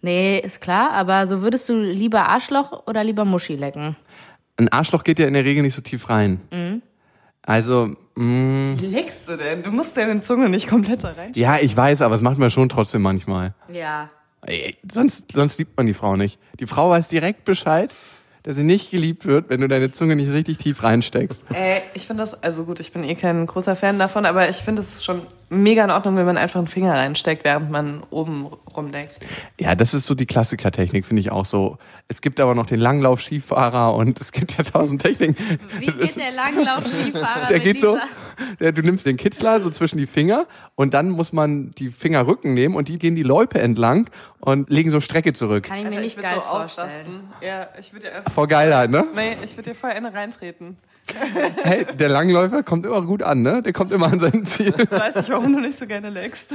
F: Nee, ist klar, aber so würdest du lieber Arschloch oder lieber Muschi lecken?
C: ein Arschloch geht ja in der Regel nicht so tief rein. Also, mh,
E: Wie leckst du denn? Du musst deine Zunge nicht komplett da rein.
C: ja, ich weiß, aber es macht man schon trotzdem manchmal.
F: Ja.
C: Ey, sonst, sonst liebt man die Frau nicht. Die Frau weiß direkt Bescheid, dass sie nicht geliebt wird, wenn du deine Zunge nicht richtig tief reinsteckst.
E: Ey, ich finde das, also gut, ich bin eh kein großer Fan davon, aber ich finde es schon mega in Ordnung, wenn man einfach einen Finger reinsteckt, während man oben rumdeckt.
C: Ja, das ist so die Klassikertechnik, finde ich auch so. Es gibt aber noch den Langlauf-Skifahrer und es gibt ja tausend Techniken.
F: Wie geht der Langlauf-Skifahrer
C: Der
F: mit
C: geht so,
F: dieser?
C: der, du nimmst den Kitzler so zwischen die Finger und dann muss man die Fingerrücken nehmen und die gehen die Loipe entlang und legen so Strecke zurück.
F: Kann ich mir
E: Alter,
F: nicht
E: Also würd
F: geil
E: so
F: vorstellen.
E: ausrasten. Ja, ich würde dir einfach.
C: Vor Geilheit, ne?
E: Nee, ich würde dir voll eine reintreten.
C: Hey, der Langläufer kommt immer gut an, ne? Der kommt immer an sein Ziel.
E: Jetzt weiß ich, warum du nicht so gerne leckst.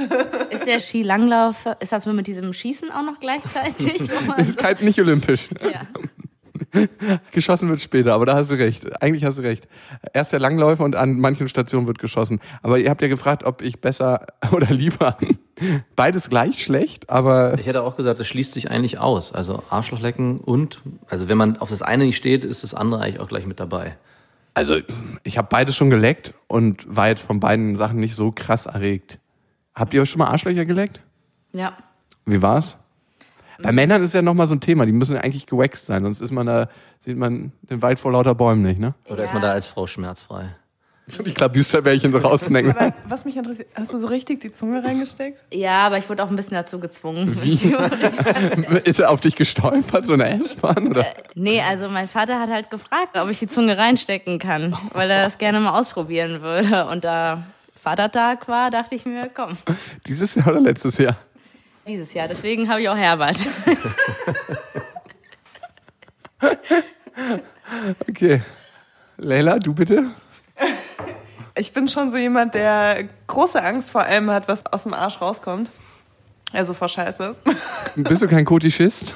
F: Ist der Skilanglauf, ist das mit diesem Schießen auch noch gleichzeitig? Wo man
C: Ist kein, nicht olympisch.
F: so- ja.
C: Geschossen wird später, aber da hast du recht. Eigentlich hast du recht. Erst der Langläufer und an manchen Stationen wird geschossen. Aber ihr habt ja gefragt, ob ich besser oder lieber. Beides gleich schlecht, aber
D: Ich hätte auch gesagt, das schließt sich eigentlich aus. Also Arschlochlecken und, also wenn man auf das eine nicht steht, ist das andere eigentlich auch gleich mit dabei.
C: also ich habe beides schon geleckt und war jetzt von beiden Sachen nicht so krass erregt. Habt ihr euch schon mal Arschlöcher geleckt?
F: ja.
C: Wie war's? Bei Männern ist ja nochmal so ein Thema, die müssen ja eigentlich gewaxt sein, sonst ist man da, sieht man den Wald vor lauter Bäumen nicht, ne?
D: Oder ist man da als Frau schmerzfrei?
C: So die Klabüsterbärchen so rausnecken.
E: Aber was mich interessiert, hast du so richtig die Zunge reingesteckt?
F: Ja, aber ich wurde auch ein bisschen dazu gezwungen. Ich-
C: Ist er auf dich gestolpert, so eine S-Bahn? Oder?
E: Äh.
F: nee, also mein Vater hat halt gefragt, ob ich die Zunge reinstecken kann, weil er das gerne mal ausprobieren würde. Und da Vatertag war, dachte ich mir, komm,
C: Dieses Jahr oder letztes Jahr?
F: dieses Jahr. Deswegen habe ich auch Herbert.
C: Okay. Leila, du bitte?
E: Ich bin schon so jemand, der große Angst vor allem hat, was aus dem Arsch rauskommt. Also vor Scheiße.
C: Bist du kein Kotischist?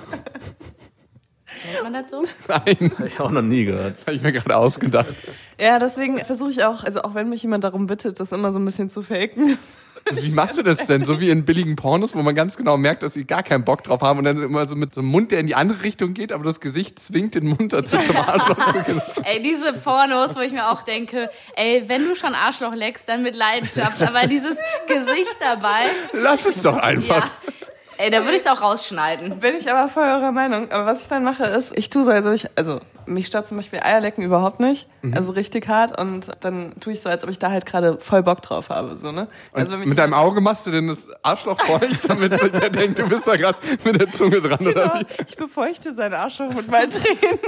F: Nennt man das so?
C: Nein.
D: Habe ich auch noch nie gehört.
C: Habe ich mir gerade ausgedacht.
E: Ja, deswegen versuche ich auch, also auch wenn mich jemand darum bittet, das immer so ein bisschen zu faken.
C: Wie machst du das denn? So wie in billigen Pornos, wo man ganz genau merkt, dass sie gar keinen Bock drauf haben und dann immer so mit so einem Mund, der in die andere Richtung geht, aber das Gesicht zwingt den Mund dazu zum Arschloch zu gehen.
F: Ey, diese Pornos, wo ich mir auch denke, ey, wenn du schon Arschloch leckst, dann mit Leidenschaft. Aber dieses Gesicht dabei,
C: Lass es doch einfach.
F: ja. Ey, da würde ich es auch rausschneiden.
E: Bin ich aber voll eurer Meinung. Aber was ich dann mache, ist, ich tue so, also ich, also mich stört zum Beispiel Eierlecken überhaupt nicht.
C: Mhm.
E: Also richtig hart. Und dann tue ich so, als ob ich da halt gerade voll Bock drauf habe. So, ne? Also wenn
C: Und
E: mich-
C: mit deinem Auge machst du denn das Arschloch feucht, damit der denkt, du bist da gerade mit der Zunge dran, oder
E: Ja,
C: wie?
E: ich befeuchte seinen Arsch auch mit meinen Tränen.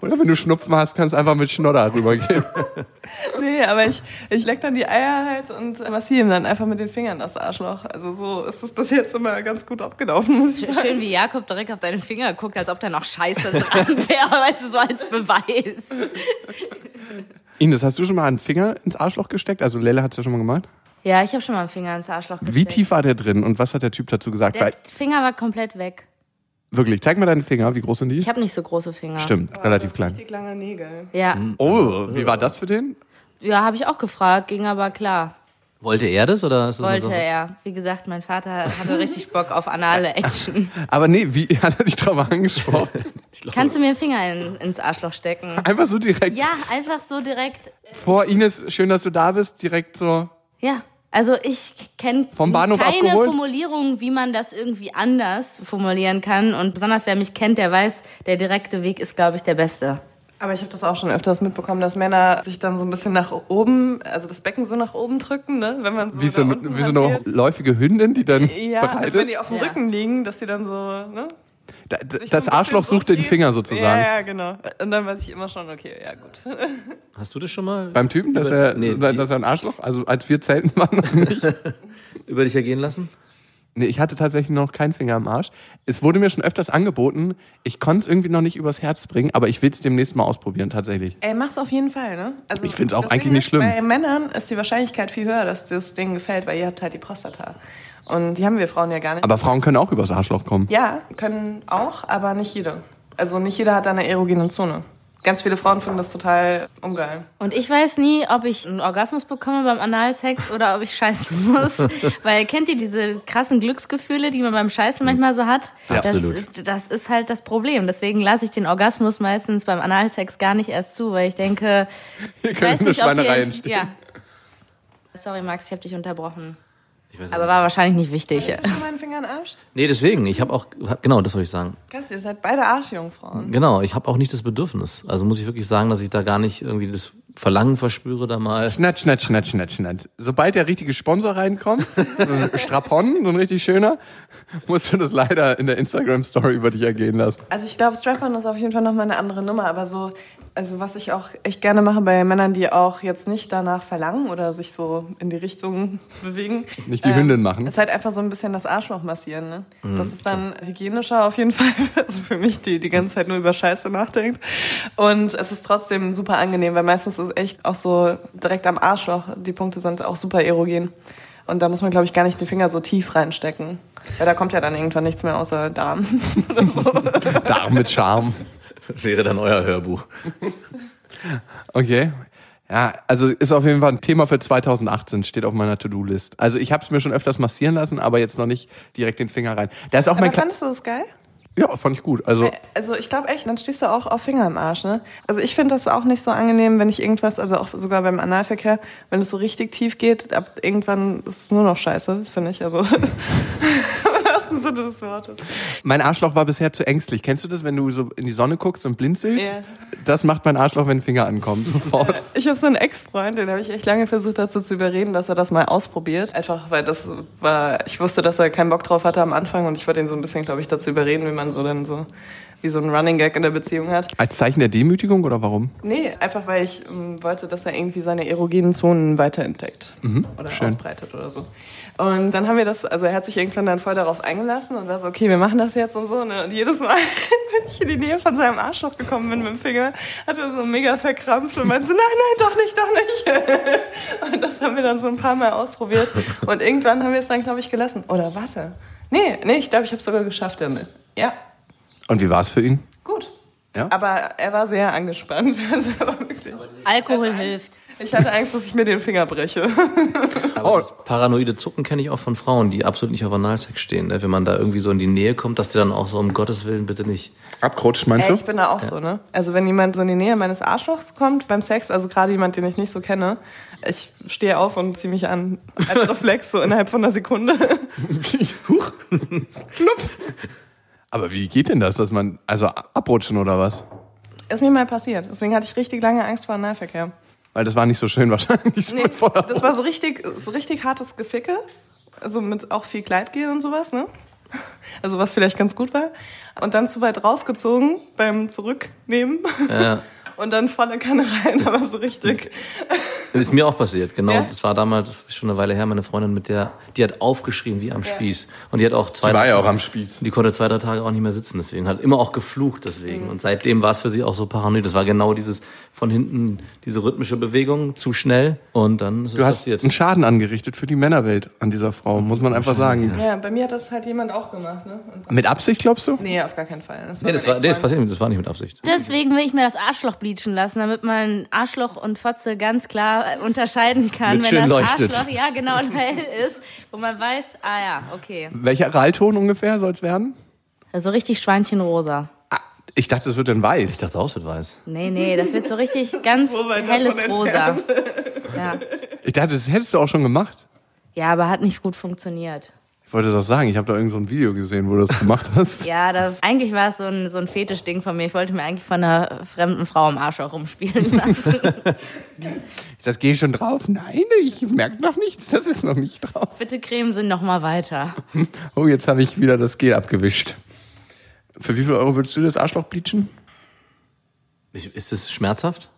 C: Oder wenn du Schnupfen hast, kannst du einfach mit Schnodder rübergehen.
E: Nee, aber ich, ich leck dann die Eier halt und massiere ihm dann einfach mit den Fingern das Arschloch. Also so ist es bis jetzt immer ganz gut abgelaufen, muss ich sagen.
F: Schön, wie Jakob direkt auf deine Finger guckt, als ob da noch Scheiße dran wäre, weißt du, so als Beweis.
C: Ines, hast du schon mal einen Finger ins Arschloch gesteckt? Also Lelle hat's ja schon mal gemacht.
F: Ja, ich habe schon mal einen Finger ins Arschloch gesteckt.
C: Wie tief war der drin und was hat der Typ dazu gesagt?
F: Der
C: Weil,
F: Finger war komplett weg.
C: wirklich, zeig mal deine Finger, wie groß sind die?
F: Ich habe nicht so große Finger.
C: Stimmt, relativ klein.
E: Richtig lange Nägel.
F: Ja,
C: Oh, wie war das für den?
F: ja habe ich auch gefragt, ging aber klar.
D: Wollte er das oder ist das nur
F: Wollte
D: so?
F: er. Wie gesagt, mein Vater hatte richtig Bock auf anale Action.
C: Aber nee, wie hat er dich drauf angesprochen?
F: Kannst du mir einen Finger in, ins Arschloch stecken?
C: Einfach so direkt
F: Ja, einfach so direkt.
C: vor Ines, schön, dass du da bist, direkt so.
F: Ja. Also ich kenne
C: Vom Bahnhof
F: keine
C: abgeholt?
F: Formulierung, wie man das irgendwie anders formulieren kann. Und besonders wer mich kennt, der weiß, der direkte Weg ist, glaube ich, der beste.
E: Aber ich habe das auch schon öfters mitbekommen, dass Männer sich dann so ein bisschen nach oben, also das Becken so nach oben drücken, ne? Wenn man so
C: Wie so,
E: da
C: eine-
E: unten
C: wie so eine
E: hantiert.
C: läufige Hündin, die dann
E: ja,
C: bereit
E: also wenn
C: ist.
E: die auf dem
F: Ja.
E: Rücken liegen, dass sie dann so, ne?
C: Da-
E: sich
C: Das
E: so ein bisschen
C: Arschloch sucht den
E: durchdrehen.
C: Finger sozusagen.
E: Ja, ja, genau. Und dann weiß ich immer schon, okay, ja gut.
D: Hast du das schon mal
C: Beim Typen, dass er,
D: Nee, die-
C: dass er ein Arschloch, also als wir zelten waren, noch nicht.
D: über dich ergehen lassen?
C: Nee, ich hatte tatsächlich noch keinen Finger am Arsch. Es wurde mir schon öfters angeboten. Ich konnte es irgendwie noch nicht übers Herz bringen, aber ich will es demnächst mal ausprobieren, tatsächlich.
E: Ey, mach's auf jeden Fall, ne? Also
C: Ich find's auch
E: das
C: eigentlich
E: Ding
C: nicht
E: ist,
C: schlimm.
E: Bei Männern ist die Wahrscheinlichkeit viel höher, dass das Ding gefällt, weil ihr habt halt die Prostata. Und die haben wir Frauen ja gar nicht.
C: Aber Frauen können auch übers Arschloch kommen.
E: ja, können auch, aber nicht jede. Also nicht jeder hat da eine erogene Zone. Ganz viele Frauen finden das total ungeil.
F: Und ich weiß nie, ob ich einen Orgasmus bekomme beim Analsex oder ob ich scheißen muss. Weil kennt ihr diese krassen Glücksgefühle, die man beim Scheißen manchmal so hat?
D: Mhm. Ja,
F: das,
D: absolut.
F: Das ist halt das Problem. Deswegen lasse ich den Orgasmus meistens beim Analsex gar nicht erst zu, weil ich denke, ich
C: können
F: weiß
C: eine
F: nicht, ob
C: Schweinerei
F: ihr...
C: entstehen.
F: Ja. Sorry, Max, ich habe dich unterbrochen.
D: Ich weiß
F: Aber
D: nicht.
F: war wahrscheinlich nicht wichtig.
E: Hast du schon meinen Finger in den Arsch?
D: Nee, deswegen. Ich habe auch, hab, genau, das wollte ich sagen.
E: Krass, ihr seid beide Arschjungfrauen.
D: Genau, ich habe auch nicht das Bedürfnis. Also muss ich wirklich sagen, dass ich da gar nicht irgendwie das Verlangen verspüre, da mal.
C: Schnatt, schnatt, schnatt, schnatt, schnatt. Sobald der richtige Sponsor reinkommt, so ein Strapon, so ein richtig schöner, musst du das leider in der Instagram-Story über dich ergehen lassen.
E: Also ich glaube, Strap-on ist auf jeden Fall nochmal eine andere Nummer, aber so, also was ich auch echt gerne mache bei Männern, die auch jetzt nicht danach verlangen oder sich so in die Richtung bewegen.
C: Nicht die Hündin machen. Mhm,
E: Ist halt einfach so ein bisschen das Arschloch massieren, ne? das ist dann hygienischer auf jeden Fall, also für mich, die die ganze Zeit nur über Scheiße nachdenkt. Und es ist trotzdem super angenehm, weil meistens ist echt auch so direkt am Arschloch, die Punkte sind auch super erogen. Und da muss man, glaube ich, gar nicht den Finger so tief reinstecken. Weil da kommt ja dann irgendwann nichts mehr außer Darm.
C: Darm mit Charme.
D: Wäre dann euer Hörbuch.
C: Okay. Ja, also ist auf jeden Fall ein Thema für 2018, steht auf meiner To-Do-List. Also ich habe es mir schon öfters massieren lassen, aber jetzt noch nicht direkt den Finger rein. Da ist auch
E: Aber
C: mein Kle
E: fandest du das geil?
C: Ja, fand ich gut. Also
E: Also ich glaube echt, dann stehst du auch auf Finger im Arsch, ne? Also ich finde das auch nicht so angenehm, wenn ich irgendwas, also auch sogar beim Analverkehr, wenn es so richtig tief geht, ab irgendwann ist es nur noch scheiße, finde ich. Also im wahrsten Sinne des Wortes.
C: mein Arschloch war bisher zu ängstlich. Kennst du das, wenn du so in die Sonne guckst und blinzelst?
E: Ja.
C: Das macht mein Arschloch, wenn Finger ankommt, sofort.
E: Ich habe so einen Ex-Freund, den habe ich echt lange versucht dazu zu überreden, dass er das mal ausprobiert. Einfach weil das war, ich wusste, dass er keinen Bock drauf hatte am Anfang und ich wollte ihn so ein bisschen, glaube ich, dazu überreden, wie man so dann so, wie so ein Running Gag in der Beziehung hat.
C: Als Zeichen der Demütigung oder warum?
E: Nee, einfach weil ich ähm, wollte, dass er irgendwie seine erogenen Zonen weiterentdeckt oder ausbreitet oder so. Und dann haben wir das, also er hat sich irgendwann dann voll darauf eingelassen und war so, okay, wir machen das jetzt und so. Ne? Und jedes Mal, wenn ich in die Nähe von seinem Arschloch gekommen bin mit dem Finger, hat er so mega verkrampft und meinte so, nein, nein, doch nicht, doch nicht. Und das haben wir dann so ein paar Mal ausprobiert. Und irgendwann haben wir es dann, glaube ich, gelassen. Oder warte. Nee, nee, ich glaube, ich habe es sogar geschafft damit. Ja,
C: Und wie war's für ihn?
E: gut.
C: Ja?
E: Aber er war sehr angespannt. Also er war wirklich.
F: Alkohol hilft.
E: Ich hatte Angst, dass ich mir den Finger breche. Oh.
D: Aber das paranoide Zucken kenne ich auch von Frauen, die absolut nicht auf Analsex stehen. Ne? Wenn man da irgendwie so in die Nähe kommt, dass die dann auch so um Gottes Willen bitte nicht.
C: Abgerutscht, meinst
E: Ey,
C: du?
E: ich bin da auch so, ne? Also wenn jemand so in die Nähe meines Arschlochs kommt beim Sex, also gerade jemand, den ich nicht so kenne, ich stehe auf und ziehe mich an. Als Reflex, so innerhalb von einer Sekunde.
C: Huch. Klump. Aber wie geht denn das, dass man, also abrutschen oder was?
E: Ist mir mal passiert. Deswegen hatte ich richtig lange Angst vor Analverkehr.
C: Weil das war nicht so schön wahrscheinlich. so
E: Nee,
C: mit voller-
E: das war so richtig, so richtig hartes Geficke. Also mit auch viel Gleitgel und sowas, ne? Also was vielleicht ganz gut war. Und dann zu weit rausgezogen beim Zurücknehmen.
D: Äh,
E: Und dann volle Kanne rein, aber so richtig.
D: Das ist mir auch passiert, genau.
E: Ja?
D: Das war damals schon eine Weile her, meine Freundin mit der, die hat aufgeschrien wie am Spieß. Und die hat auch zwei,
C: Die war ja auch am Spieß.
D: Die konnte zwei, drei Tage auch nicht mehr sitzen, deswegen. Hat immer auch geflucht, deswegen.
E: Mhm.
D: Und seitdem war es für sie auch so paranoid. Das war genau dieses von hinten, diese rhythmische Bewegung, zu schnell. Und dann ist es
C: Du hast
D: passiert.
C: einen Schaden angerichtet für die Männerwelt an dieser Frau, muss man einfach sagen.
E: Ja, bei mir hat das halt jemand auch gemacht, ne? Und
C: Mit Absicht, glaubst du?
E: Nee, auf gar keinen Fall. Das
D: Hm.
E: war
D: Nee, das
E: mein
D: war, nee, das,
E: Ex-Freund.
D: passiert, das war nicht mit Absicht.
F: Deswegen will ich mir das Arschloch bleachen lassen, damit man Arschloch und Fotze ganz klar äh, unterscheiden kann,
D: Mit
F: wenn
D: schön
F: das
D: leuchtet.
F: Arschloch ja genau hell ist, wo man weiß, ah ja, okay.
C: Welcher Rallton ungefähr soll es werden?
F: Also richtig Schweinchenrosa.
C: Ah, ich dachte, es wird dann
D: Ich
C: weiß.
D: dachte auch, es wird weiß.
F: Nee, nee, das wird so richtig ganz
E: so weit
F: helles
E: davon
F: Rosa. Ja.
C: Ich dachte, das hättest du auch schon gemacht.
F: ja, aber hat nicht gut funktioniert.
C: Ich wollte das sagen. Ich habe da irgend so ein Video gesehen, wo du das gemacht hast.
F: Ja, das, eigentlich war es so ein, so ein Fetischding von mir. Ich wollte mir eigentlich von einer fremden Frau im Arschloch rumspielen lassen.
C: Ist das Gel schon drauf? Nein, ich merke noch nichts. Das ist noch nicht drauf.
F: Bitte Creme sind noch mal weiter.
C: Oh, jetzt habe ich wieder das Gel abgewischt. Für wie viel Euro würdest du das Arschloch bleachen?
D: Ich, ist es schmerzhaft?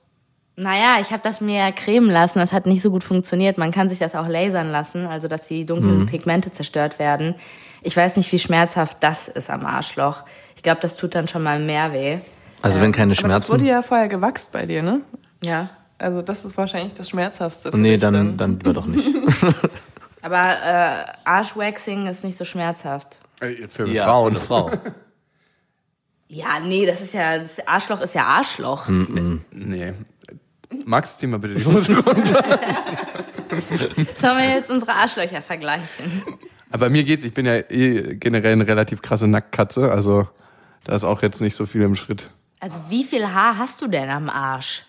F: Naja, ich habe das mir cremen lassen. Das hat nicht so gut funktioniert. Man kann sich das auch lasern lassen, also dass die dunklen
D: Mhm.
F: Pigmente zerstört werden. Ich weiß nicht, wie schmerzhaft das ist am Arschloch. Ich glaube, das tut dann schon mal mehr weh.
D: Also wenn keine
E: Aber das
D: Schmerzen.
E: wurde ja vorher gewachst bei dir, ne?
F: Ja.
E: Also das ist wahrscheinlich das Schmerzhaftste. für
D: Nee,
E: dich
D: dann, dann lieber doch nicht.
F: Aber äh, Arschwaxing ist nicht so schmerzhaft.
C: Äh, Für
D: Ja,
C: Frauen.
D: eine Frau.
F: Ja, nee, das ist ja, das Arschloch ist ja Arschloch.
D: Hm.
C: Nee. Max, zieh mal bitte die Hose runter.
F: Sollen wir jetzt unsere Arschlöcher vergleichen?
C: Aber mir geht's, ich bin ja eh generell eine relativ krasse Nacktkatze, also da ist auch jetzt nicht so viel im Schritt.
F: Also wie viel Haar hast du denn am Arsch?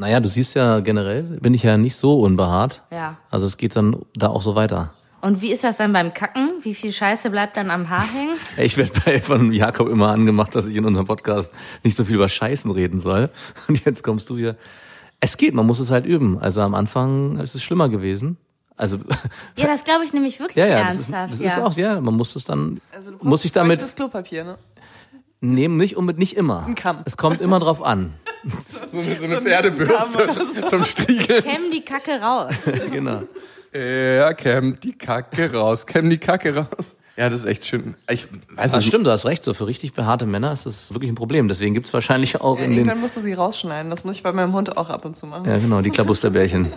D: Naja, du siehst ja generell, bin ich ja nicht so unbehaart.
F: Ja.
D: Also es geht dann da auch so weiter.
F: Und wie ist das dann beim Kacken? Wie viel Scheiße bleibt dann am Haar hängen?
D: Ich werde bei von Jakob immer angemacht, dass ich in unserem Podcast nicht so viel über Scheißen reden soll. Und jetzt kommst du hier. Es geht, man muss es halt üben. Also am Anfang ist es schlimmer gewesen. Also
F: Ja, das glaube ich nämlich wirklich
D: ja, ja, das ist,
F: ernsthaft.
D: das
F: ja.
D: ist auch, ja, man muss es dann,
E: Also du brauchst
D: muss ich damit
E: feuchtes Klopapier, ne?
D: nehmen, nicht und mit nicht immer. Ein
E: Kamm.
D: Es kommt immer drauf an.
C: So eine, so eine Pferdebürste zum Striegeln.
F: Kämm die Kacke raus.
D: genau.
C: Ja, Cam, die Kacke raus. Cam, die Kacke raus. Ja, das ist echt schön. Ich weiß
D: Das
C: nicht,
D: Ah, stimmt, du hast recht. So für richtig behaarte Männer ist das wirklich ein Problem. Deswegen gibt's wahrscheinlich auch in den
E: Irgendwann musst du sie rausschneiden. Das muss ich bei meinem Hund auch ab und zu machen.
D: ja genau die Klabusterbärchen.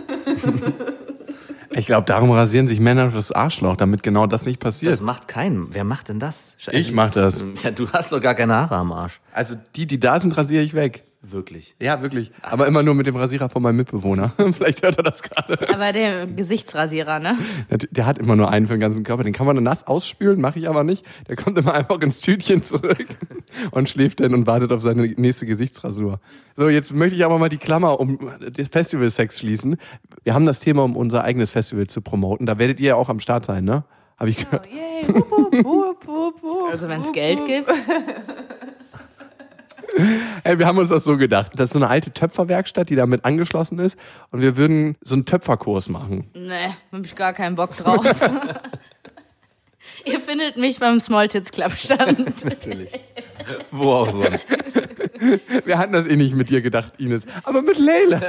C: ich glaube, darum rasieren sich Männer das Arschloch, damit genau das nicht passiert.
D: Das macht keinen. Wer macht denn das? Scheiße.
C: ich mach das.
D: Ja, du hast doch gar keine Haare am Arsch.
C: Also die, die da sind, rasiere ich weg.
D: Wirklich.
C: Ja, wirklich. Aber immer nur mit dem Rasierer von meinem Mitbewohner. Vielleicht hört er das gerade.
F: Aber der Gesichtsrasierer, ne?
C: Der, der hat immer nur einen für den ganzen Körper. Den kann man dann nass ausspülen, mache ich aber nicht. Der kommt immer einfach ins Tütchen zurück und schläft dann und wartet auf seine nächste Gesichtsrasur. So, jetzt möchte ich aber mal die Klammer um das Festival-Sex schließen. Wir haben das Thema, um unser eigenes Festival zu promoten. Da werdet ihr ja auch am Start sein, ne? Habe ich gehört.
E: Yay, wup, wup, wup, wup, wup.
F: Also wenn es Geld gibt.
C: Ey, wir haben uns das so gedacht. Das ist so eine alte Töpferwerkstatt, die damit angeschlossen ist. Und wir würden so einen Töpferkurs machen.
F: Ne, hab ich gar keinen Bock drauf. Ihr findet mich beim Smalltits Club Stand.
D: Wo auch sonst.
C: Wir hatten das eh nicht mit dir gedacht, Ines. Aber mit Leila.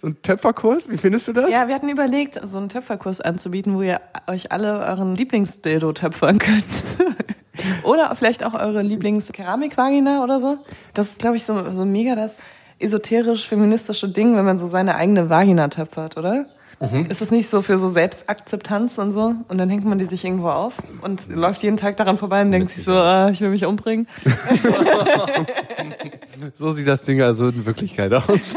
C: So ein Töpferkurs, wie findest du das?
E: Ja, wir hatten überlegt, so einen Töpferkurs anzubieten, wo ihr euch alle euren Lieblingsdildo töpfern könnt. oder vielleicht auch eure Lieblings-Keramikvagina oder so. Das ist, glaube ich, so, so mega das esoterisch-feministische Ding, wenn man so seine eigene Vagina töpfert, oder? Ist das nicht so für so Selbstakzeptanz und so? Und dann hängt man die sich irgendwo auf und läuft jeden Tag daran vorbei und denkt sich so, ah, ich will mich umbringen.
C: So sieht das Ding also in Wirklichkeit aus.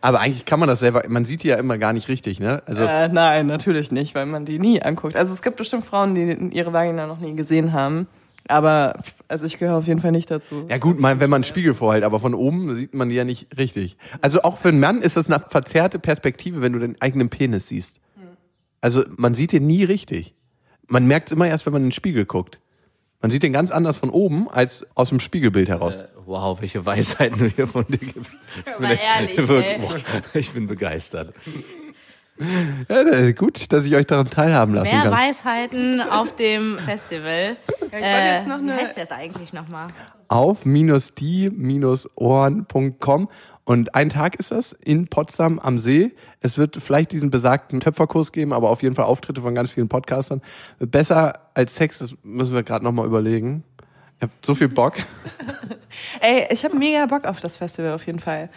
C: Aber eigentlich kann man das selber, man sieht die ja immer gar nicht richtig, ne? Also,
E: Äh, nein, natürlich nicht, weil man die nie anguckt. Also es gibt bestimmt Frauen, die ihre Vagina noch nie gesehen haben. Aber pff, also ich gehöre auf jeden Fall nicht dazu.
C: ja gut, mal, wenn man einen Spiegel vorhält, aber von oben sieht man die ja nicht richtig. Also auch für einen Mann ist das eine verzerrte Perspektive, wenn du den eigenen Penis siehst. Also man sieht den nie richtig. Man merkt es immer erst, wenn man in den Spiegel guckt. Man sieht den ganz anders von oben als aus dem Spiegelbild heraus.
D: Wow, welche Weisheiten du hier von dir gibst. Ich
F: mal ehrlich, ey.
D: wow, ich bin begeistert.
C: Ja, da- gut, dass ich euch daran teilhaben lassen
F: Mehr
C: kann.
F: Weisheiten auf dem Festival.
E: Ich wollte
F: Äh,
E: jetzt noch
F: wie
E: eine
F: heißt der da eigentlich nochmal?
C: auf die-ohren.com. Und ein Tag ist das in Potsdam am See. Es wird vielleicht diesen besagten Töpferkurs geben, aber auf jeden Fall Auftritte von ganz vielen Podcastern. Besser als Sex, das müssen wir gerade nochmal überlegen. Ich habe so viel Bock.
E: Ey, ich habe mega Bock auf das Festival auf jeden Fall.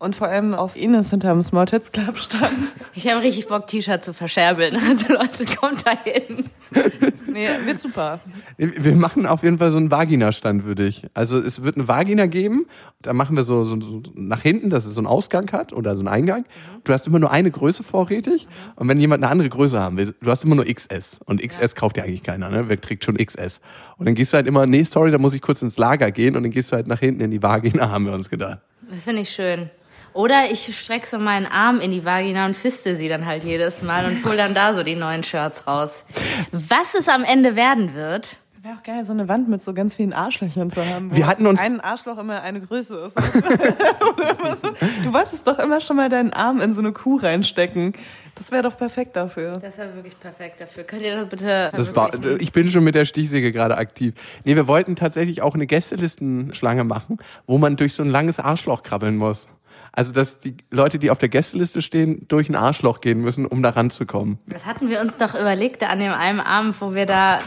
E: Und vor allem auf Ines hinterm Small Tits Club stand.
F: Ich habe richtig Bock, T-Shirt zu verscherbeln. Also Leute, kommt da hin.
E: Nee, wird super.
C: Wir machen auf jeden Fall so einen Vagina-Stand, würde ich. Also es wird eine Vagina geben, da machen wir so, so, so nach hinten, dass es so einen Ausgang hat oder so einen Eingang. Du hast immer nur eine Größe vorrätig und wenn jemand eine andere Größe haben will, du hast immer nur XS und XS kauft ja eigentlich keiner, ne? Wer kriegt schon XS? Und dann gehst du halt immer, nee, sorry, da muss ich kurz ins Lager gehen und dann gehst du halt nach hinten in die Vagina, haben wir uns gedacht.
F: Das finde ich schön. Oder ich strecke so meinen Arm in die Vagina und fiste sie dann halt jedes Mal und hol dann da so die neuen Shirts raus. Was es am Ende werden wird,
E: Wäre auch geil, so eine Wand mit so ganz vielen Arschlöchern zu haben. wo
C: Wir hatten uns-
E: Ein Arschloch immer eine Größe ist. Oder was? du wolltest doch immer schon mal deinen Arm in so eine Kuh reinstecken. Das wäre doch perfekt dafür.
F: das wäre wirklich perfekt dafür. Könnt ihr das bitte
C: Das ba-
F: verwirklichen?
C: ich bin schon mit der Stichsäge gerade aktiv. Nee, wir wollten tatsächlich auch eine Gästelistenschlange machen, wo man durch so ein langes Arschloch krabbeln muss. Also, dass die Leute, die auf der Gästeliste stehen, durch ein Arschloch gehen müssen, um da ranzukommen.
F: Das hatten wir uns doch überlegt da an dem einen Abend, wo wir da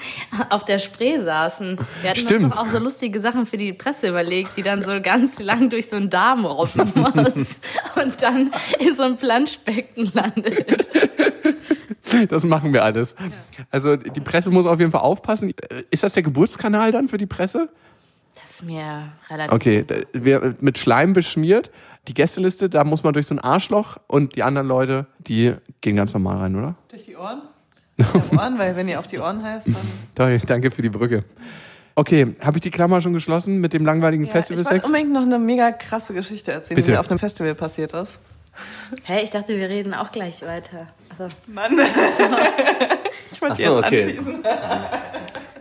F: auf der Spree saßen. Wir hatten
C: Stimmt.
F: uns doch auch so lustige Sachen für die Presse überlegt, die dann so ganz lang durch so einen Darm robben muss und dann in so einem Planschbecken landet.
C: Das machen wir alles. Also, die Presse muss auf jeden Fall aufpassen. Ist das der Geburtskanal dann für die Presse?
F: Das ist mir relativ.
C: Okay, da- wir, mit Schleim beschmiert. Die Gästeliste, da muss man durch so ein Arschloch und die anderen Leute, die gehen ganz normal rein, oder?
E: Durch die Ohren? Durch die Ohren, weil wenn ihr auf die Ohren heißt, dann.
C: Toll, danke für die Brücke. Okay, habe ich die Klammer schon geschlossen mit dem langweiligen
E: Ja, ich wollte
C: Festival-Sex?
E: unbedingt noch eine mega krasse Geschichte erzählen,
C: Bitte.
E: die mir auf einem Festival passiert ist.
F: Hä, ich dachte, wir reden auch gleich weiter. Also,
E: Mann. ich wollte
D: Ach so,
E: jetzt
D: okay.
E: anschließen.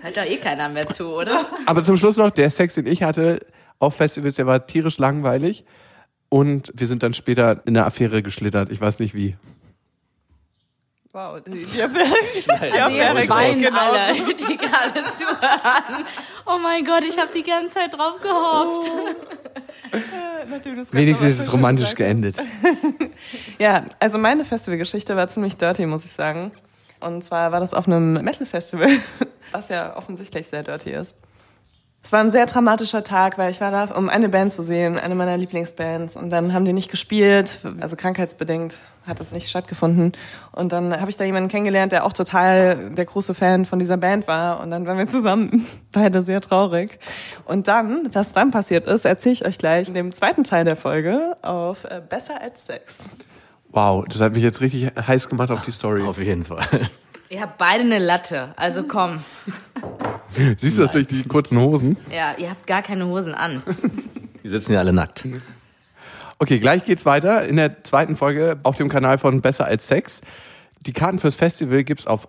F: Hört doch eh keiner mehr zu, oder?
C: Aber zum Schluss noch, der Sex, den ich hatte auf Festivals, der war tierisch langweilig. Und wir sind dann später in eine Affäre geschlittert. Ich weiß nicht wie.
E: Wow, die, die Affäre, die
F: Also
E: Affäre
F: jetzt
E: geht
F: weinen
E: genauso.
F: alle, die gerade zuhören. Oh mein Gott, ich habe die ganze Zeit drauf gehofft.
E: Nachdem du das Ganze
C: Wenigstens
E: aber
C: ist
E: so
C: es
E: schön
C: romantisch
E: gesagt hast.
C: geendet.
E: Ja, also meine Festivalgeschichte war ziemlich dirty, muss ich sagen. Und zwar war das auf einem Metal-Festival, was ja offensichtlich sehr dirty ist. Es war ein sehr dramatischer Tag, weil ich war da, um eine Band zu sehen, eine meiner Lieblingsbands. Und dann haben die nicht gespielt, also krankheitsbedingt hat das nicht stattgefunden. Und dann habe ich da jemanden kennengelernt, der auch total der große Fan von dieser Band war. Und dann waren wir zusammen, beide sehr traurig. Und dann, was dann passiert ist, erzähle ich euch gleich in dem zweiten Teil der Folge auf äh, Besser als Sex.
C: Wow, das hat mich jetzt richtig heiß gemacht auf die Story.
D: Auf jeden Fall.
F: Ihr habt beide eine Latte, also komm.
C: Siehst du das durch die kurzen Hosen?
F: Ja, ihr habt gar keine Hosen an.
D: Die sitzen ja alle nackt.
C: Okay, gleich geht's weiter in der zweiten Folge auf dem Kanal von Besser als Sex. Die Karten fürs Festival gibt's auf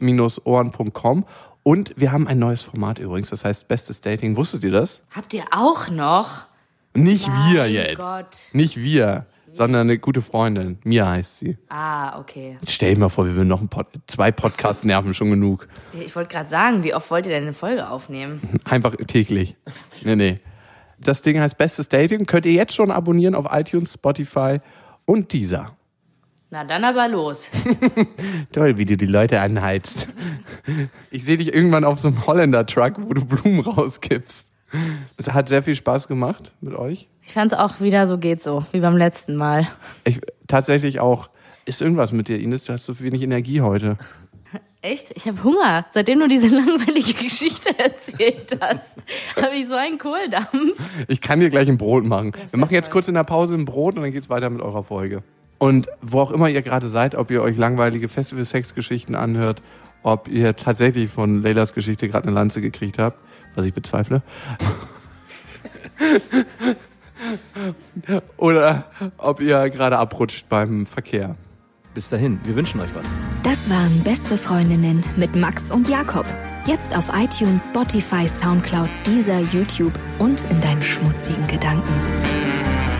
C: auf-die-ohren.com und wir haben ein neues Format übrigens, das heißt Bestes Dating. Wusstet ihr das?
F: Habt ihr auch noch?
C: Nicht
F: Mein
C: wir jetzt.
F: Gott.
C: Nicht wir, sondern eine gute Freundin. Mia heißt sie.
F: Ah, okay.
C: Jetzt stell dir mal vor, wir würden noch ein Pod zwei Podcasts nerven, schon genug.
F: Ich wollte gerade sagen, wie oft wollt ihr denn eine Folge aufnehmen?
C: Einfach täglich. Nee, nee. Das Ding heißt Bestes Dating. Könnt ihr jetzt schon abonnieren auf iTunes, Spotify und dieser.
F: Na dann aber los.
C: Toll, wie du die Leute anheizt. Ich sehe dich irgendwann auf so einem Holländer-Truck, wo du Blumen rausgibst. Es hat sehr viel Spaß gemacht mit euch.
F: Ich fand's auch wieder so geht so, wie beim letzten Mal.
C: Ich tatsächlich auch. Ist irgendwas mit dir, Ines? Du hast so wenig Energie heute.
F: Echt? Ich habe Hunger. Seitdem du diese langweilige Geschichte erzählt hast, habe ich so einen Kohldampf.
C: Ich kann dir gleich ein Brot machen. Wir machen jetzt kurz in der Pause ein Brot und dann geht's weiter mit eurer Folge. Und wo auch immer ihr gerade seid, ob ihr euch langweilige Festival-Sex-Geschichten anhört, ob ihr tatsächlich von Leylas Geschichte gerade eine Lanze gekriegt habt, was ich bezweifle. Oder ob ihr gerade abrutscht beim Verkehr.
D: Bis dahin, wir wünschen euch was.
A: Das waren Beste Freundinnen mit Max und Jakob. Jetzt auf iTunes, Spotify, Soundcloud, Deezer, YouTube und in deinen schmutzigen Gedanken.